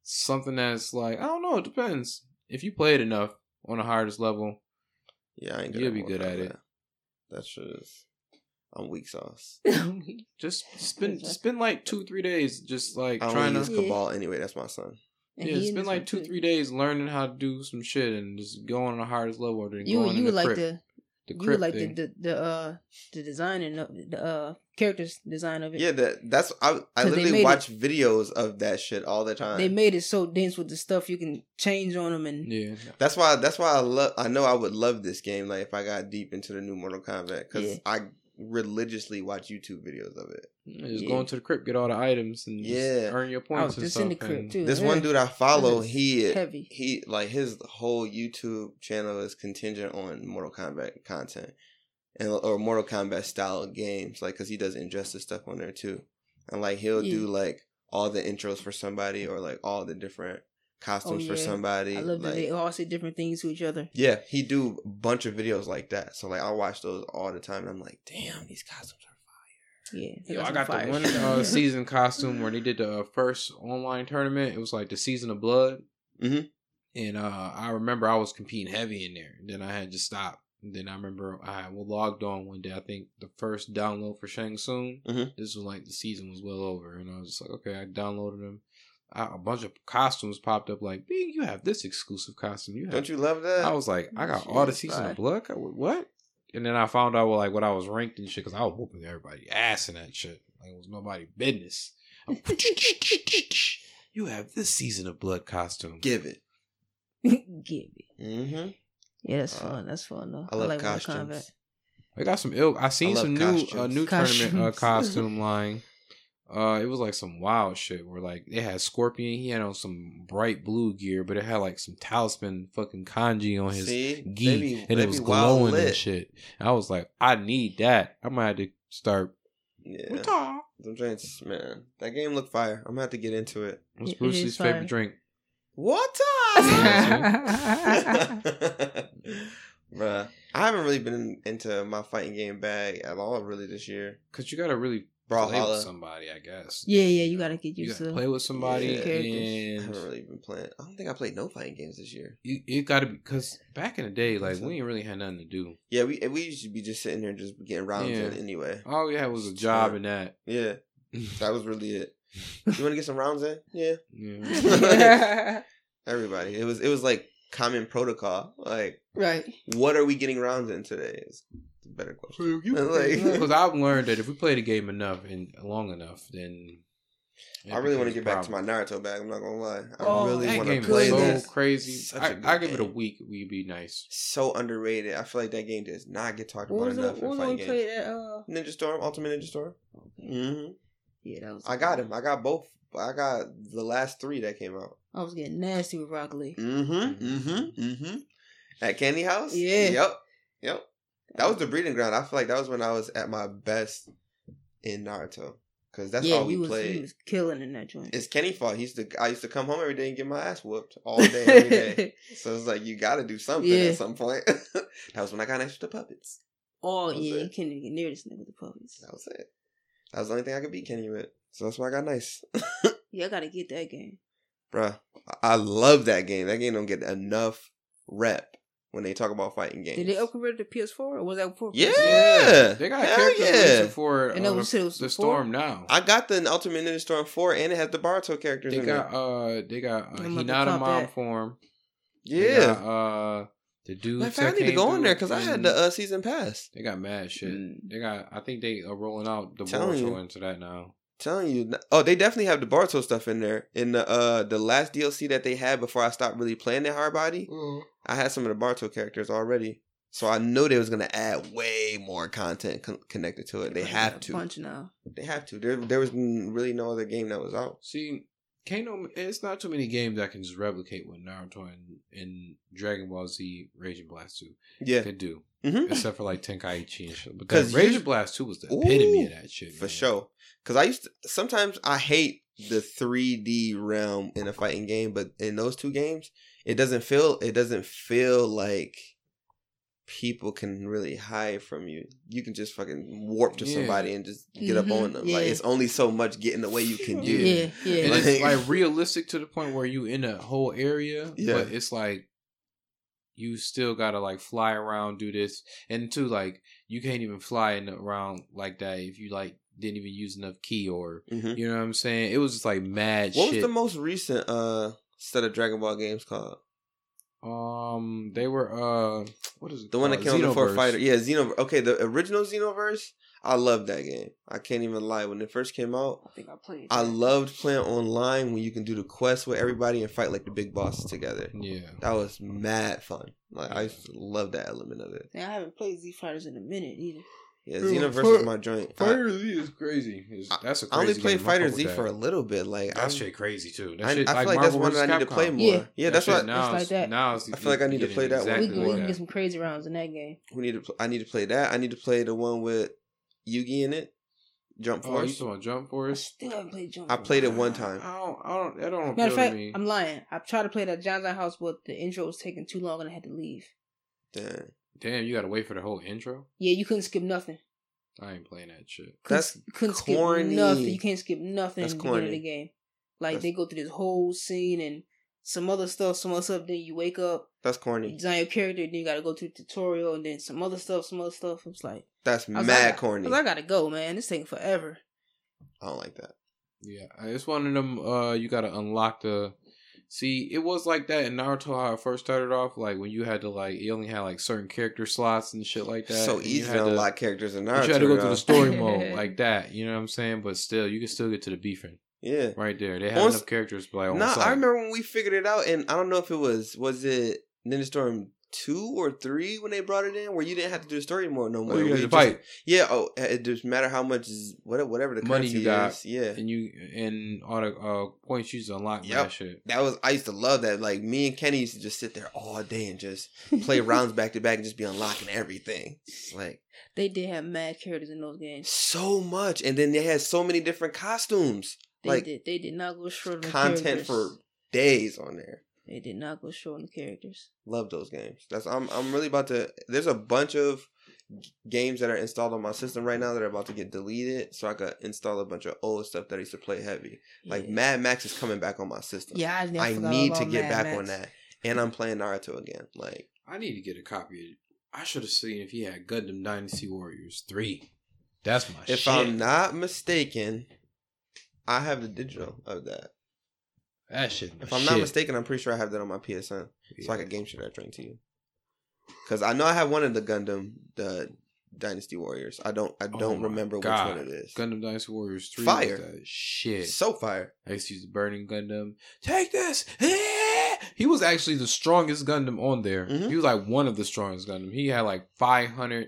something that's like I don't know. It depends. If you play it enough on the hardest level, Yeah, I ain't You'll be one good like at it. that. That shit is. I'm weak sauce. just spend spend like two three days just like I only trying to use Yeah. Cabal anyway. That's my son. yeah. It's been like two three days learning how to do some shit and just going on the hardest level or then You going you in would the like crypt. the the you would crypt like the, thing. the the uh the design and the, the uh characters design of it. Yeah, that that's I. I 'Cause they made literally it- watch videos of that shit all the time. They made it so dense with the stuff you can change on them and yeah. That's why. That's why I love. I know I would love this game. Like if I got deep into the new Mortal Kombat, because Yeah. I religiously watch YouTube videos of it. Yeah, Just Yeah. going to the crypt, get all the items, and just Yeah. earn your I points. was and just in the stuff, crib and- too. This one dude I follow, is he heavy. he like his whole YouTube channel is contingent on Mortal Kombat content and or Mortal Kombat style games, like because he does Injustice stuff on there too, and like he'll do Yeah. like all the intros for somebody or like all the different costumes for Oh, yeah. somebody. I love that like- they all say different things to each other. Yeah, he do a bunch of videos like that. So like I watch those all the time and I'm like, damn, these costumes are Yeah, they Yo, I some got fire the one shit. uh, season costume where they did the uh, first online tournament. It was like the season of blood, Mm-hmm. Mhm. and uh, I remember I was competing heavy in there. Then I had to stop. And then I remember I logged on one day. I think the first download for Shang Tsung. Mm-hmm. Mhm. This was like the season was well over, and I was just like, okay, I downloaded them. I, a bunch of costumes popped up. Like, Bing, you have this exclusive costume. You have Don't you love that? I was like, I got all the Jesus, season bye. of blood. Co- What? And then I found out like what I was ranked and shit because I was whooping everybody ass in that shit. Like it was nobody business. I'm- you have this season of blood costume. give it. Give it. Mm-hmm. Yeah, that's Uh, fun. That's fun though. I love Mortal Kombat. costumes. I got some ill. I I seen love some new uh, costumes. new tournament uh, Costumes. costume line. Uh, it was like some wild shit where like they had Scorpion. He had on some bright blue gear, but it had like some talisman fucking kanji on his See, They gi, be- and they it was be wild glowing and lit. shit. I was like, I need that. I might have to start. Yeah, Yeah. I'm trying to- man. That game looked fire. I'm gonna have to get into it. What's It- it Bruce is Lee's fire. favorite drink? What yeah, Bruh, I haven't really been into my fighting game bag at all really this year. Because you gotta really play with Brawlhalla, somebody, I guess. yeah, you gotta get You used gotta to. play with somebody, Yeah. I and haven't really been playing. I don't think I played no fighting games this year. you, you gotta be. Because back in the day, like we ain't really had nothing to do. Yeah, we we used to be just sitting there just getting rounds Yeah. in anyway. All we had was a job Sure. and that. Yeah, that was really it. You want to get some rounds in? Yeah, yeah. Like- everybody. It was it was like common protocol. Like, right. what are we getting rounds in today? Is the better question. Like- Because I've learned that if we play the game enough and long enough, then it I really want to becomes get a back to problem. my Naruto bag. I'm not gonna lie. I Oh, really That want to game play is so this. crazy. Such a I, good I give it a game. week. We'd be nice. So underrated. I feel like that game does not get talked What about was it? enough What in was it fighting we games. played at? Uh, Ninja Storm, Ultimate Ninja Storm. hmm yeah, that was. I got him. I got both. I got the last three that came out. I was getting nasty with Rock Lee. Mm-hmm. Mm-hmm. Mm-hmm. At Candy House. Yeah. Yep. Yep. That was the breeding ground. I feel like that was when I was at my best in Naruto, because that's yeah, all we you was, played. You was killing in that joint. It's Kenny fault. He used to. I used to come home every day and get my ass whooped all day, every day. so it's like you got to do something Yeah. at some point. that was when I got extra puppets. oh That was yeah, it. you couldn't even get near this nigga with the puppies. That was it. That was the only thing I could beat Kenny with. So that's why I got nice, Yeah, I gotta get that game. bruh. I- I love that game. That game don't get enough rep when they talk about fighting games. Did they upgrade it to PS4 or was that before? Yeah. PS4? They got Hell characters yeah. releasing for And that uh, was, it was the before? storm now. I got the Ultimate Ninja Storm four, and it has the Baruto characters they in got it. uh they got uh, I'm about Hinata to pop mom that. form. They Yeah, got, uh, the dudes. matter of fact, I that need to came go on through there because I had and the uh, season pass. They got mad shit. Mm. They got. I think they are rolling out the Telling you. Boruto into that now. telling you oh they definitely have the Barto stuff in there in the uh the last dlc that they had before i stopped really playing the hard body i had some of the Barto characters already so i know they was gonna add way more content con- connected to it they I got have a to Bunch now. they have to there, there was n- really no other game that was out See, Kano, it's not too many games that can just replicate what Naruto and, and Dragon Ball Z Raging Blast Two yeah could do, Mhm. except for like Tenkaichi and shit. But 'Cause that Raging you- Blast Two was the epitome of Ooh, that shit for man. sure because i used to sometimes i hate the 3d realm in a fighting game but in those two games it doesn't feel it doesn't feel like people can really hide from you. You can just fucking warp to Yeah. somebody and just get Mhm, up on them. Like yeah. it's only so much getting away you can do. Yeah. Yeah, yeah. And Like- it's like realistic to the point where you in a whole area, Yeah. but it's like you still gotta like fly around, do this, and two like you can't even fly in, around like that if you like didn't even use enough key or Mhm. you know what I'm saying. It was just like mad What was shit. the most recent uh set of Dragon Ball games called? um, they were uh, what is it The one that called? came out before Xenoverse. Fighter. Yeah, Xenoverse. Okay, the original Xenoverse. I loved that game. I can't even lie. When it first came out, I think I played. I loved playing online when you can do the quest with everybody and fight like the big bosses together. Yeah, That was mad fun. Like I used to love that element of it. Man, I haven't played Z Fighters in a minute either. Yeah, Bro, Xenoverse Fire- was my joint. I, Fighter Z is crazy. It's- that's a I crazy only played game. I Fighter fuck with Z that. for a little bit. Like That I'm- shit crazy too. That I, shit, I like feel like that's Marvel one that I vs. need to play Capcom. more. Yeah, Yeah. that's shit why now It's is- like that. Now is- I feel like I need to getting play that one. we exactly can, like we can that. get some crazy rounds in that game. we need to. Pl- I need to play that. I need to play the one with Yugi in it. Jump Oh, you Force. talking about Jump I Force? still haven't played Jump. I Force. played it one time. I don't. I don't. That don't Matter appeal of to fact, me. I'm lying. I tried to play that John's House, but the intro was taking too long and I had to leave. Damn. Damn, you got to wait for the whole intro. Yeah, you couldn't skip nothing. I ain't playing that shit. That's You couldn't corny. skip nothing. You can't skip nothing That's in the beginning of corny. the game. Like That's- they go through this whole scene and some other stuff, some other stuff. Then you wake up, That's you corny. design your character, then you got to go through tutorial, and then some other stuff, some other stuff. It's like That's I was mad like, corny. Cause I gotta go, man. This taking forever. I don't like that. Yeah, it's one of them. Uh, you got to unlock the. See, it was like that in Naruto how it first started off. Like when you had to like, you only had like certain character slots and shit like that. so and you easy had to unlock characters in But Naruto. you had to go now. through the story mode like that. You know what I'm saying? But still, you can still get to the beefing Yeah. right there. They had On s- enough characters to play on Nah, site. I remember when we figured it out, and I don't know if it was was it Ninja Storm two or three when they brought it in, where you didn't have to do the story mode no more. Oh, you We had to just- fight, Yeah. Oh, it just matter how much is what whatever the Money money you you got. Is. Yeah. and you and all the uh, points you used to unlock Yep. that shit. That was I used to love that. Like me and Kenny used to just sit there all day and just play rounds back to back and just be unlocking everything. Like They did have mad characters in those games. so much, and then they had so many different costumes, They Like, did. They did not go short on the content characters. for days on there. They did not go short on the characters. Love those games. That's I'm I'm really about to. There's a bunch of g- games that are installed on my system right now that are about to get deleted, so I could install a bunch of old stuff that I used to play heavy. Like yeah. Mad Max is coming back on my system. Yeah, I, never I forgot need about to get Mad back Max. on that, and I'm playing Naruto again. Like. I need to get a copy. of I should have seen if he had Gundam Dynasty Warriors three. That's my If shit. I'm not mistaken, I have the digital of that. that shit. If I'm not mistaken, I'm pretty sure I have that on my PSN. So I can game share that drink to you. Cause I know I have one of the Gundam, the Dynasty Warriors. I don't I Oh don't my remember God. which one it is. Gundam Dynasty Warriors three. Fire. was that shit. So fire. I used to use the Burning Gundam. Take this. Yeah! He was actually the strongest Gundam on there. Mhm. He was like one of the strongest Gundam. He had like 500.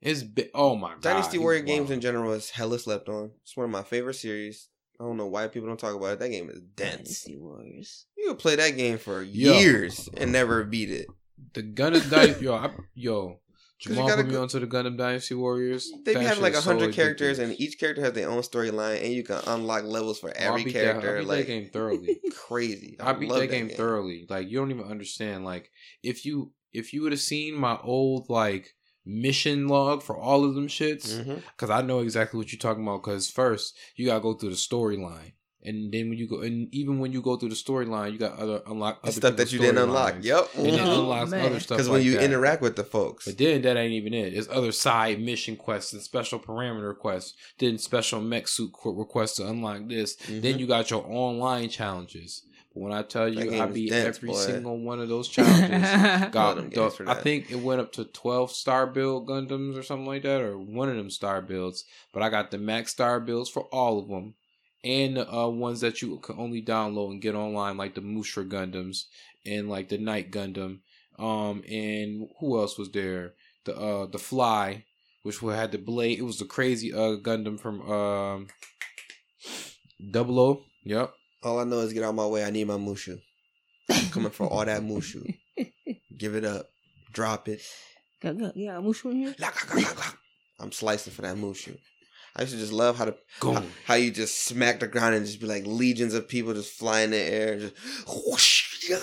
It's bi- oh my god. Dynasty he's Warrior wild. games in general is hella slept on. It's one of my favorite series. I don't know why people don't talk about it. That game is dense. Dynasty Warriors. You could play that game for Yo. years and never beat it. The Gundam Dynasty. yo, I, yo. 'Cause you Jamal gotta put me go- onto the Gundam Dynasty Warriors. They That have shit like is so hundred characters, addictive. and each character has their own storyline, and you can unlock levels for Oh, I every beat that- I character. beat like that game thoroughly. crazy. I beat love that, game, thoroughly. Like you don't even understand. Like if you if you would have seen my old like mission log for all of them shits, Mhm. because I know exactly what you're talking about. Because first you gotta go through the storyline, and then when you go, and even when you go through the storyline, you got other unlock The other stuff that people's you didn't unlock. Mm-hmm. storylines. Yep. and then Mhm. unlocks Man. other stuff. Because Because when you interact with the folks, But then that ain't even it. It's other side mission quests and special parameter requests. Then special mech suit qu- requests to unlock this. mm-hmm. Then you got your online challenges. But when I tell That you, game I is beat dense, every boy. single one of those challenges. Love them Got games the, for I that. think it went up to twelve star build Gundams or something like that, or one of them star builds. But I got the max star builds for all of them, and the uh, ones that you can only download and get online, like the Mushra Gundams and like the Night Gundam. Um, and who else was there? The uh, the Fly, which we had the blade. It was the crazy uh Gundam from um, Double O. Yep. all I know is get out of my way. I need my Mushu. Coming for all that Mushu. Give it up. Drop it. Got- got- Yeah, I'm showing you. Lock, lock, lock, lock, lock. I'm slicing for that Mushu. I used to just love how the Go. how, how you just smack the ground and just be like legions of people just fly in the air, and just whoosh, yeah.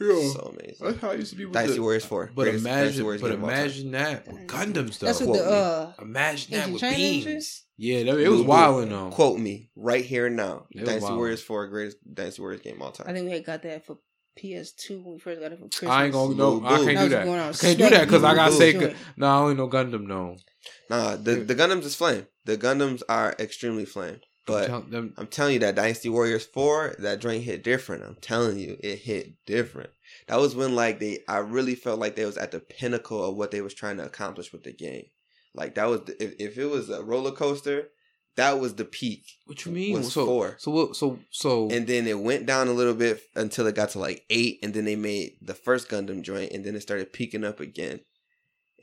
Yeah. So That's amazing. how I used to be with Dicey the- Warriors 4. But Greatest- greatest imagine, Warriors but game of all time. imagine that with Gundams though. That's what Quote the me. uh imagine that Agent with China and beams. Yeah, that, it was Google. wild though. Quote me right here and now. It was Dynasty wild. Warriors 4, greatest Dynasty Warriors game of all time. I think we had got that for PS2 when we first got it for Christmas. I ain't gonna no, I Boo, boo. can't do was that. going out Can't do that because I got Boo. sweating. Sega. No, I only know Gundam no. nah, the, the Gundams is flame. The Gundams are extremely flame. But Tell them, I'm telling you that Dynasty Warriors 4, that joint hit different. I'm telling you, it hit different. That was when like they I really felt like they was at the pinnacle of what they was trying to accomplish with the game. Like that was the, if, if it was a roller coaster, that was the peak. what you mean? was so, four. so what? So so And then it went down a little bit until it got to like 8 and then they made the first Gundam joint and then it started peaking up again.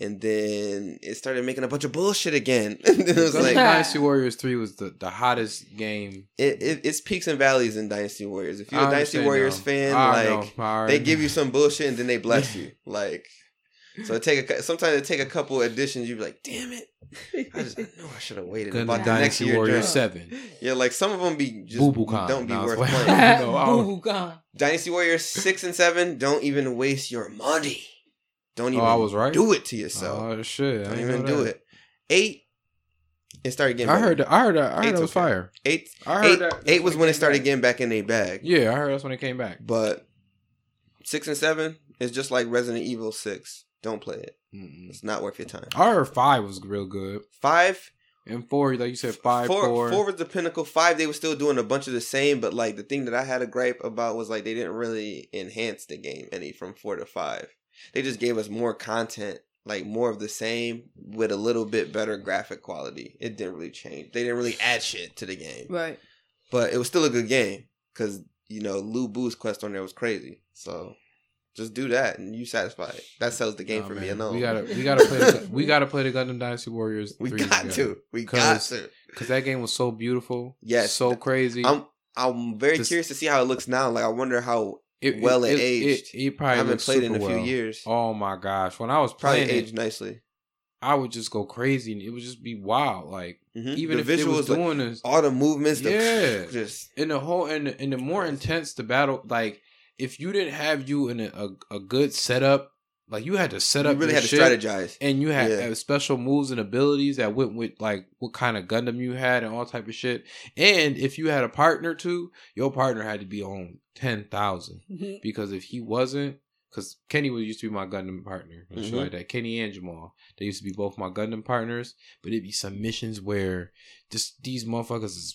And then it started making a bunch of bullshit again. and then it was Gundam like Dynasty Warriors three was the, the hottest game. it, it, it's peaks and valleys in Dynasty Warriors. If you're I a Dynasty understand Warriors now. fan, I like know. I already they give know. you some bullshit and then they bless you. Like, so it take a cou- sometimes it take a couple editions. You be like, damn it! I just I knew I should have waited. and Gundam bought the next Dynasty year Warriors joint. seven. Yeah, like some of them be just Bubukan. don't be No, worth it's- playing. No, I don't- Boo, gone. Dynasty Warriors six and seven. Don't even waste your money. Don't Oh, even I was right. do it to yourself. oh shit! I don't didn't even know do that. it. Eight. It started getting. I better. heard. that- I heard. that- I heard Eight's that was okay. fire. eight. I heard Eight, that. eight was when it started back. getting back in their bag. Yeah, I heard that's when it came back. But six and seven is just like Resident Evil six. Don't play it. Mm-mm. It's not worth your time. I heard five was real good, Five, and four, like you said, five, four, four. four was the pinnacle. Five, they were still doing a bunch of the same, but like the thing that I had a gripe about was like they didn't really enhance the game any from four to five. They just gave us more content, like more of the same with a little bit better graphic quality. It didn't really change. They didn't really add shit to the game, Right. but it was still a good game because you know Lou Boo's quest on there was crazy. So just do that and you satisfied. That sells the game Nah, for me Oh, man, alone. We gotta, we gotta play. The, we gotta play the Gundam Dynasty Warriors. We got to. We got 'Cause- to. because that game was so beautiful. Yes. so crazy. I'm I'm very Just- curious to see how it looks now. Like I wonder how well it aged. It, it I probably haven't looks played in a super few well. years. Oh my gosh! When I was Probably playing it, aged nicely. I would just go crazy, and it would just be wild. Like Mhm. even the if they was visuals, like, doing this, all the movements, the Yeah. just in the whole and the, and the more intense the battle like if you didn't have you in a, a, a good setup like you had to set you up really your had to shit, strategize. and you had Yeah. uh, special moves and abilities that went with like what kind of Gundam you had and all type of shit and if you had a partner too your partner had to be on 10,000 Mhm. because if he wasn't because Kenny was used to be my Gundam partner and shit Mhm. like that. Kenny and Jamal, they used to be both my Gundam partners. But it'd be some missions where just these motherfuckers is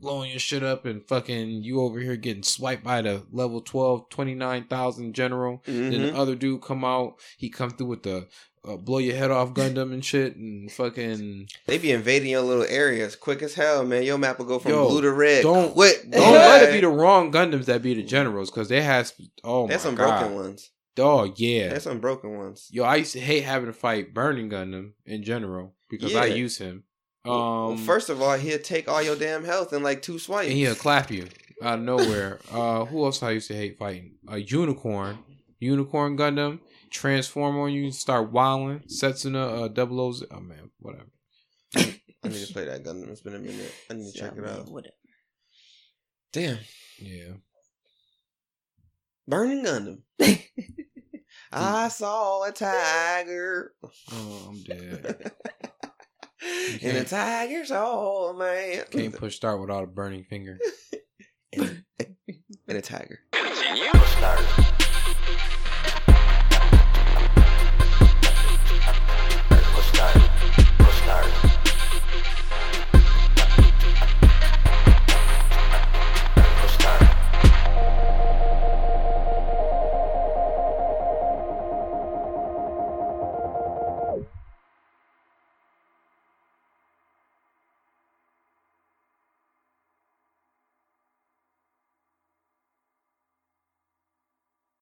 blowing your shit up and fucking you over here getting swiped by the level 12, 29,000 general. Then Mhm. the other dude come out, he come through with the uh, blow your head off Gundam and shit and fucking They be invading your little areas quick as hell, man. Your map will go from Yo, blue to red. don't- quick, don't let it be boy. the wrong Gundams that be the generals because they has oh There's my some god broken ones. dog yeah There's some broken ones. Yo, I used to hate having to fight Burning Gundam in general because I Yeah. use him. Um, Well, first of all, he'll take all your damn health in like two swipes. and he'll clap you out of nowhere. uh, who else I used to hate fighting? A unicorn, unicorn Gundam, transform on you, start wilding. Setsuna, uh, double O's. Oh man, whatever. I need to play that Gundam. It's been a minute. I need to check it out. Whatever. Damn, Yeah, Burning Gundam. I saw a tiger, oh, I'm dead. and a can't- tiger saw a man, Can't push start without a burning finger. and a tiger. Continue, start.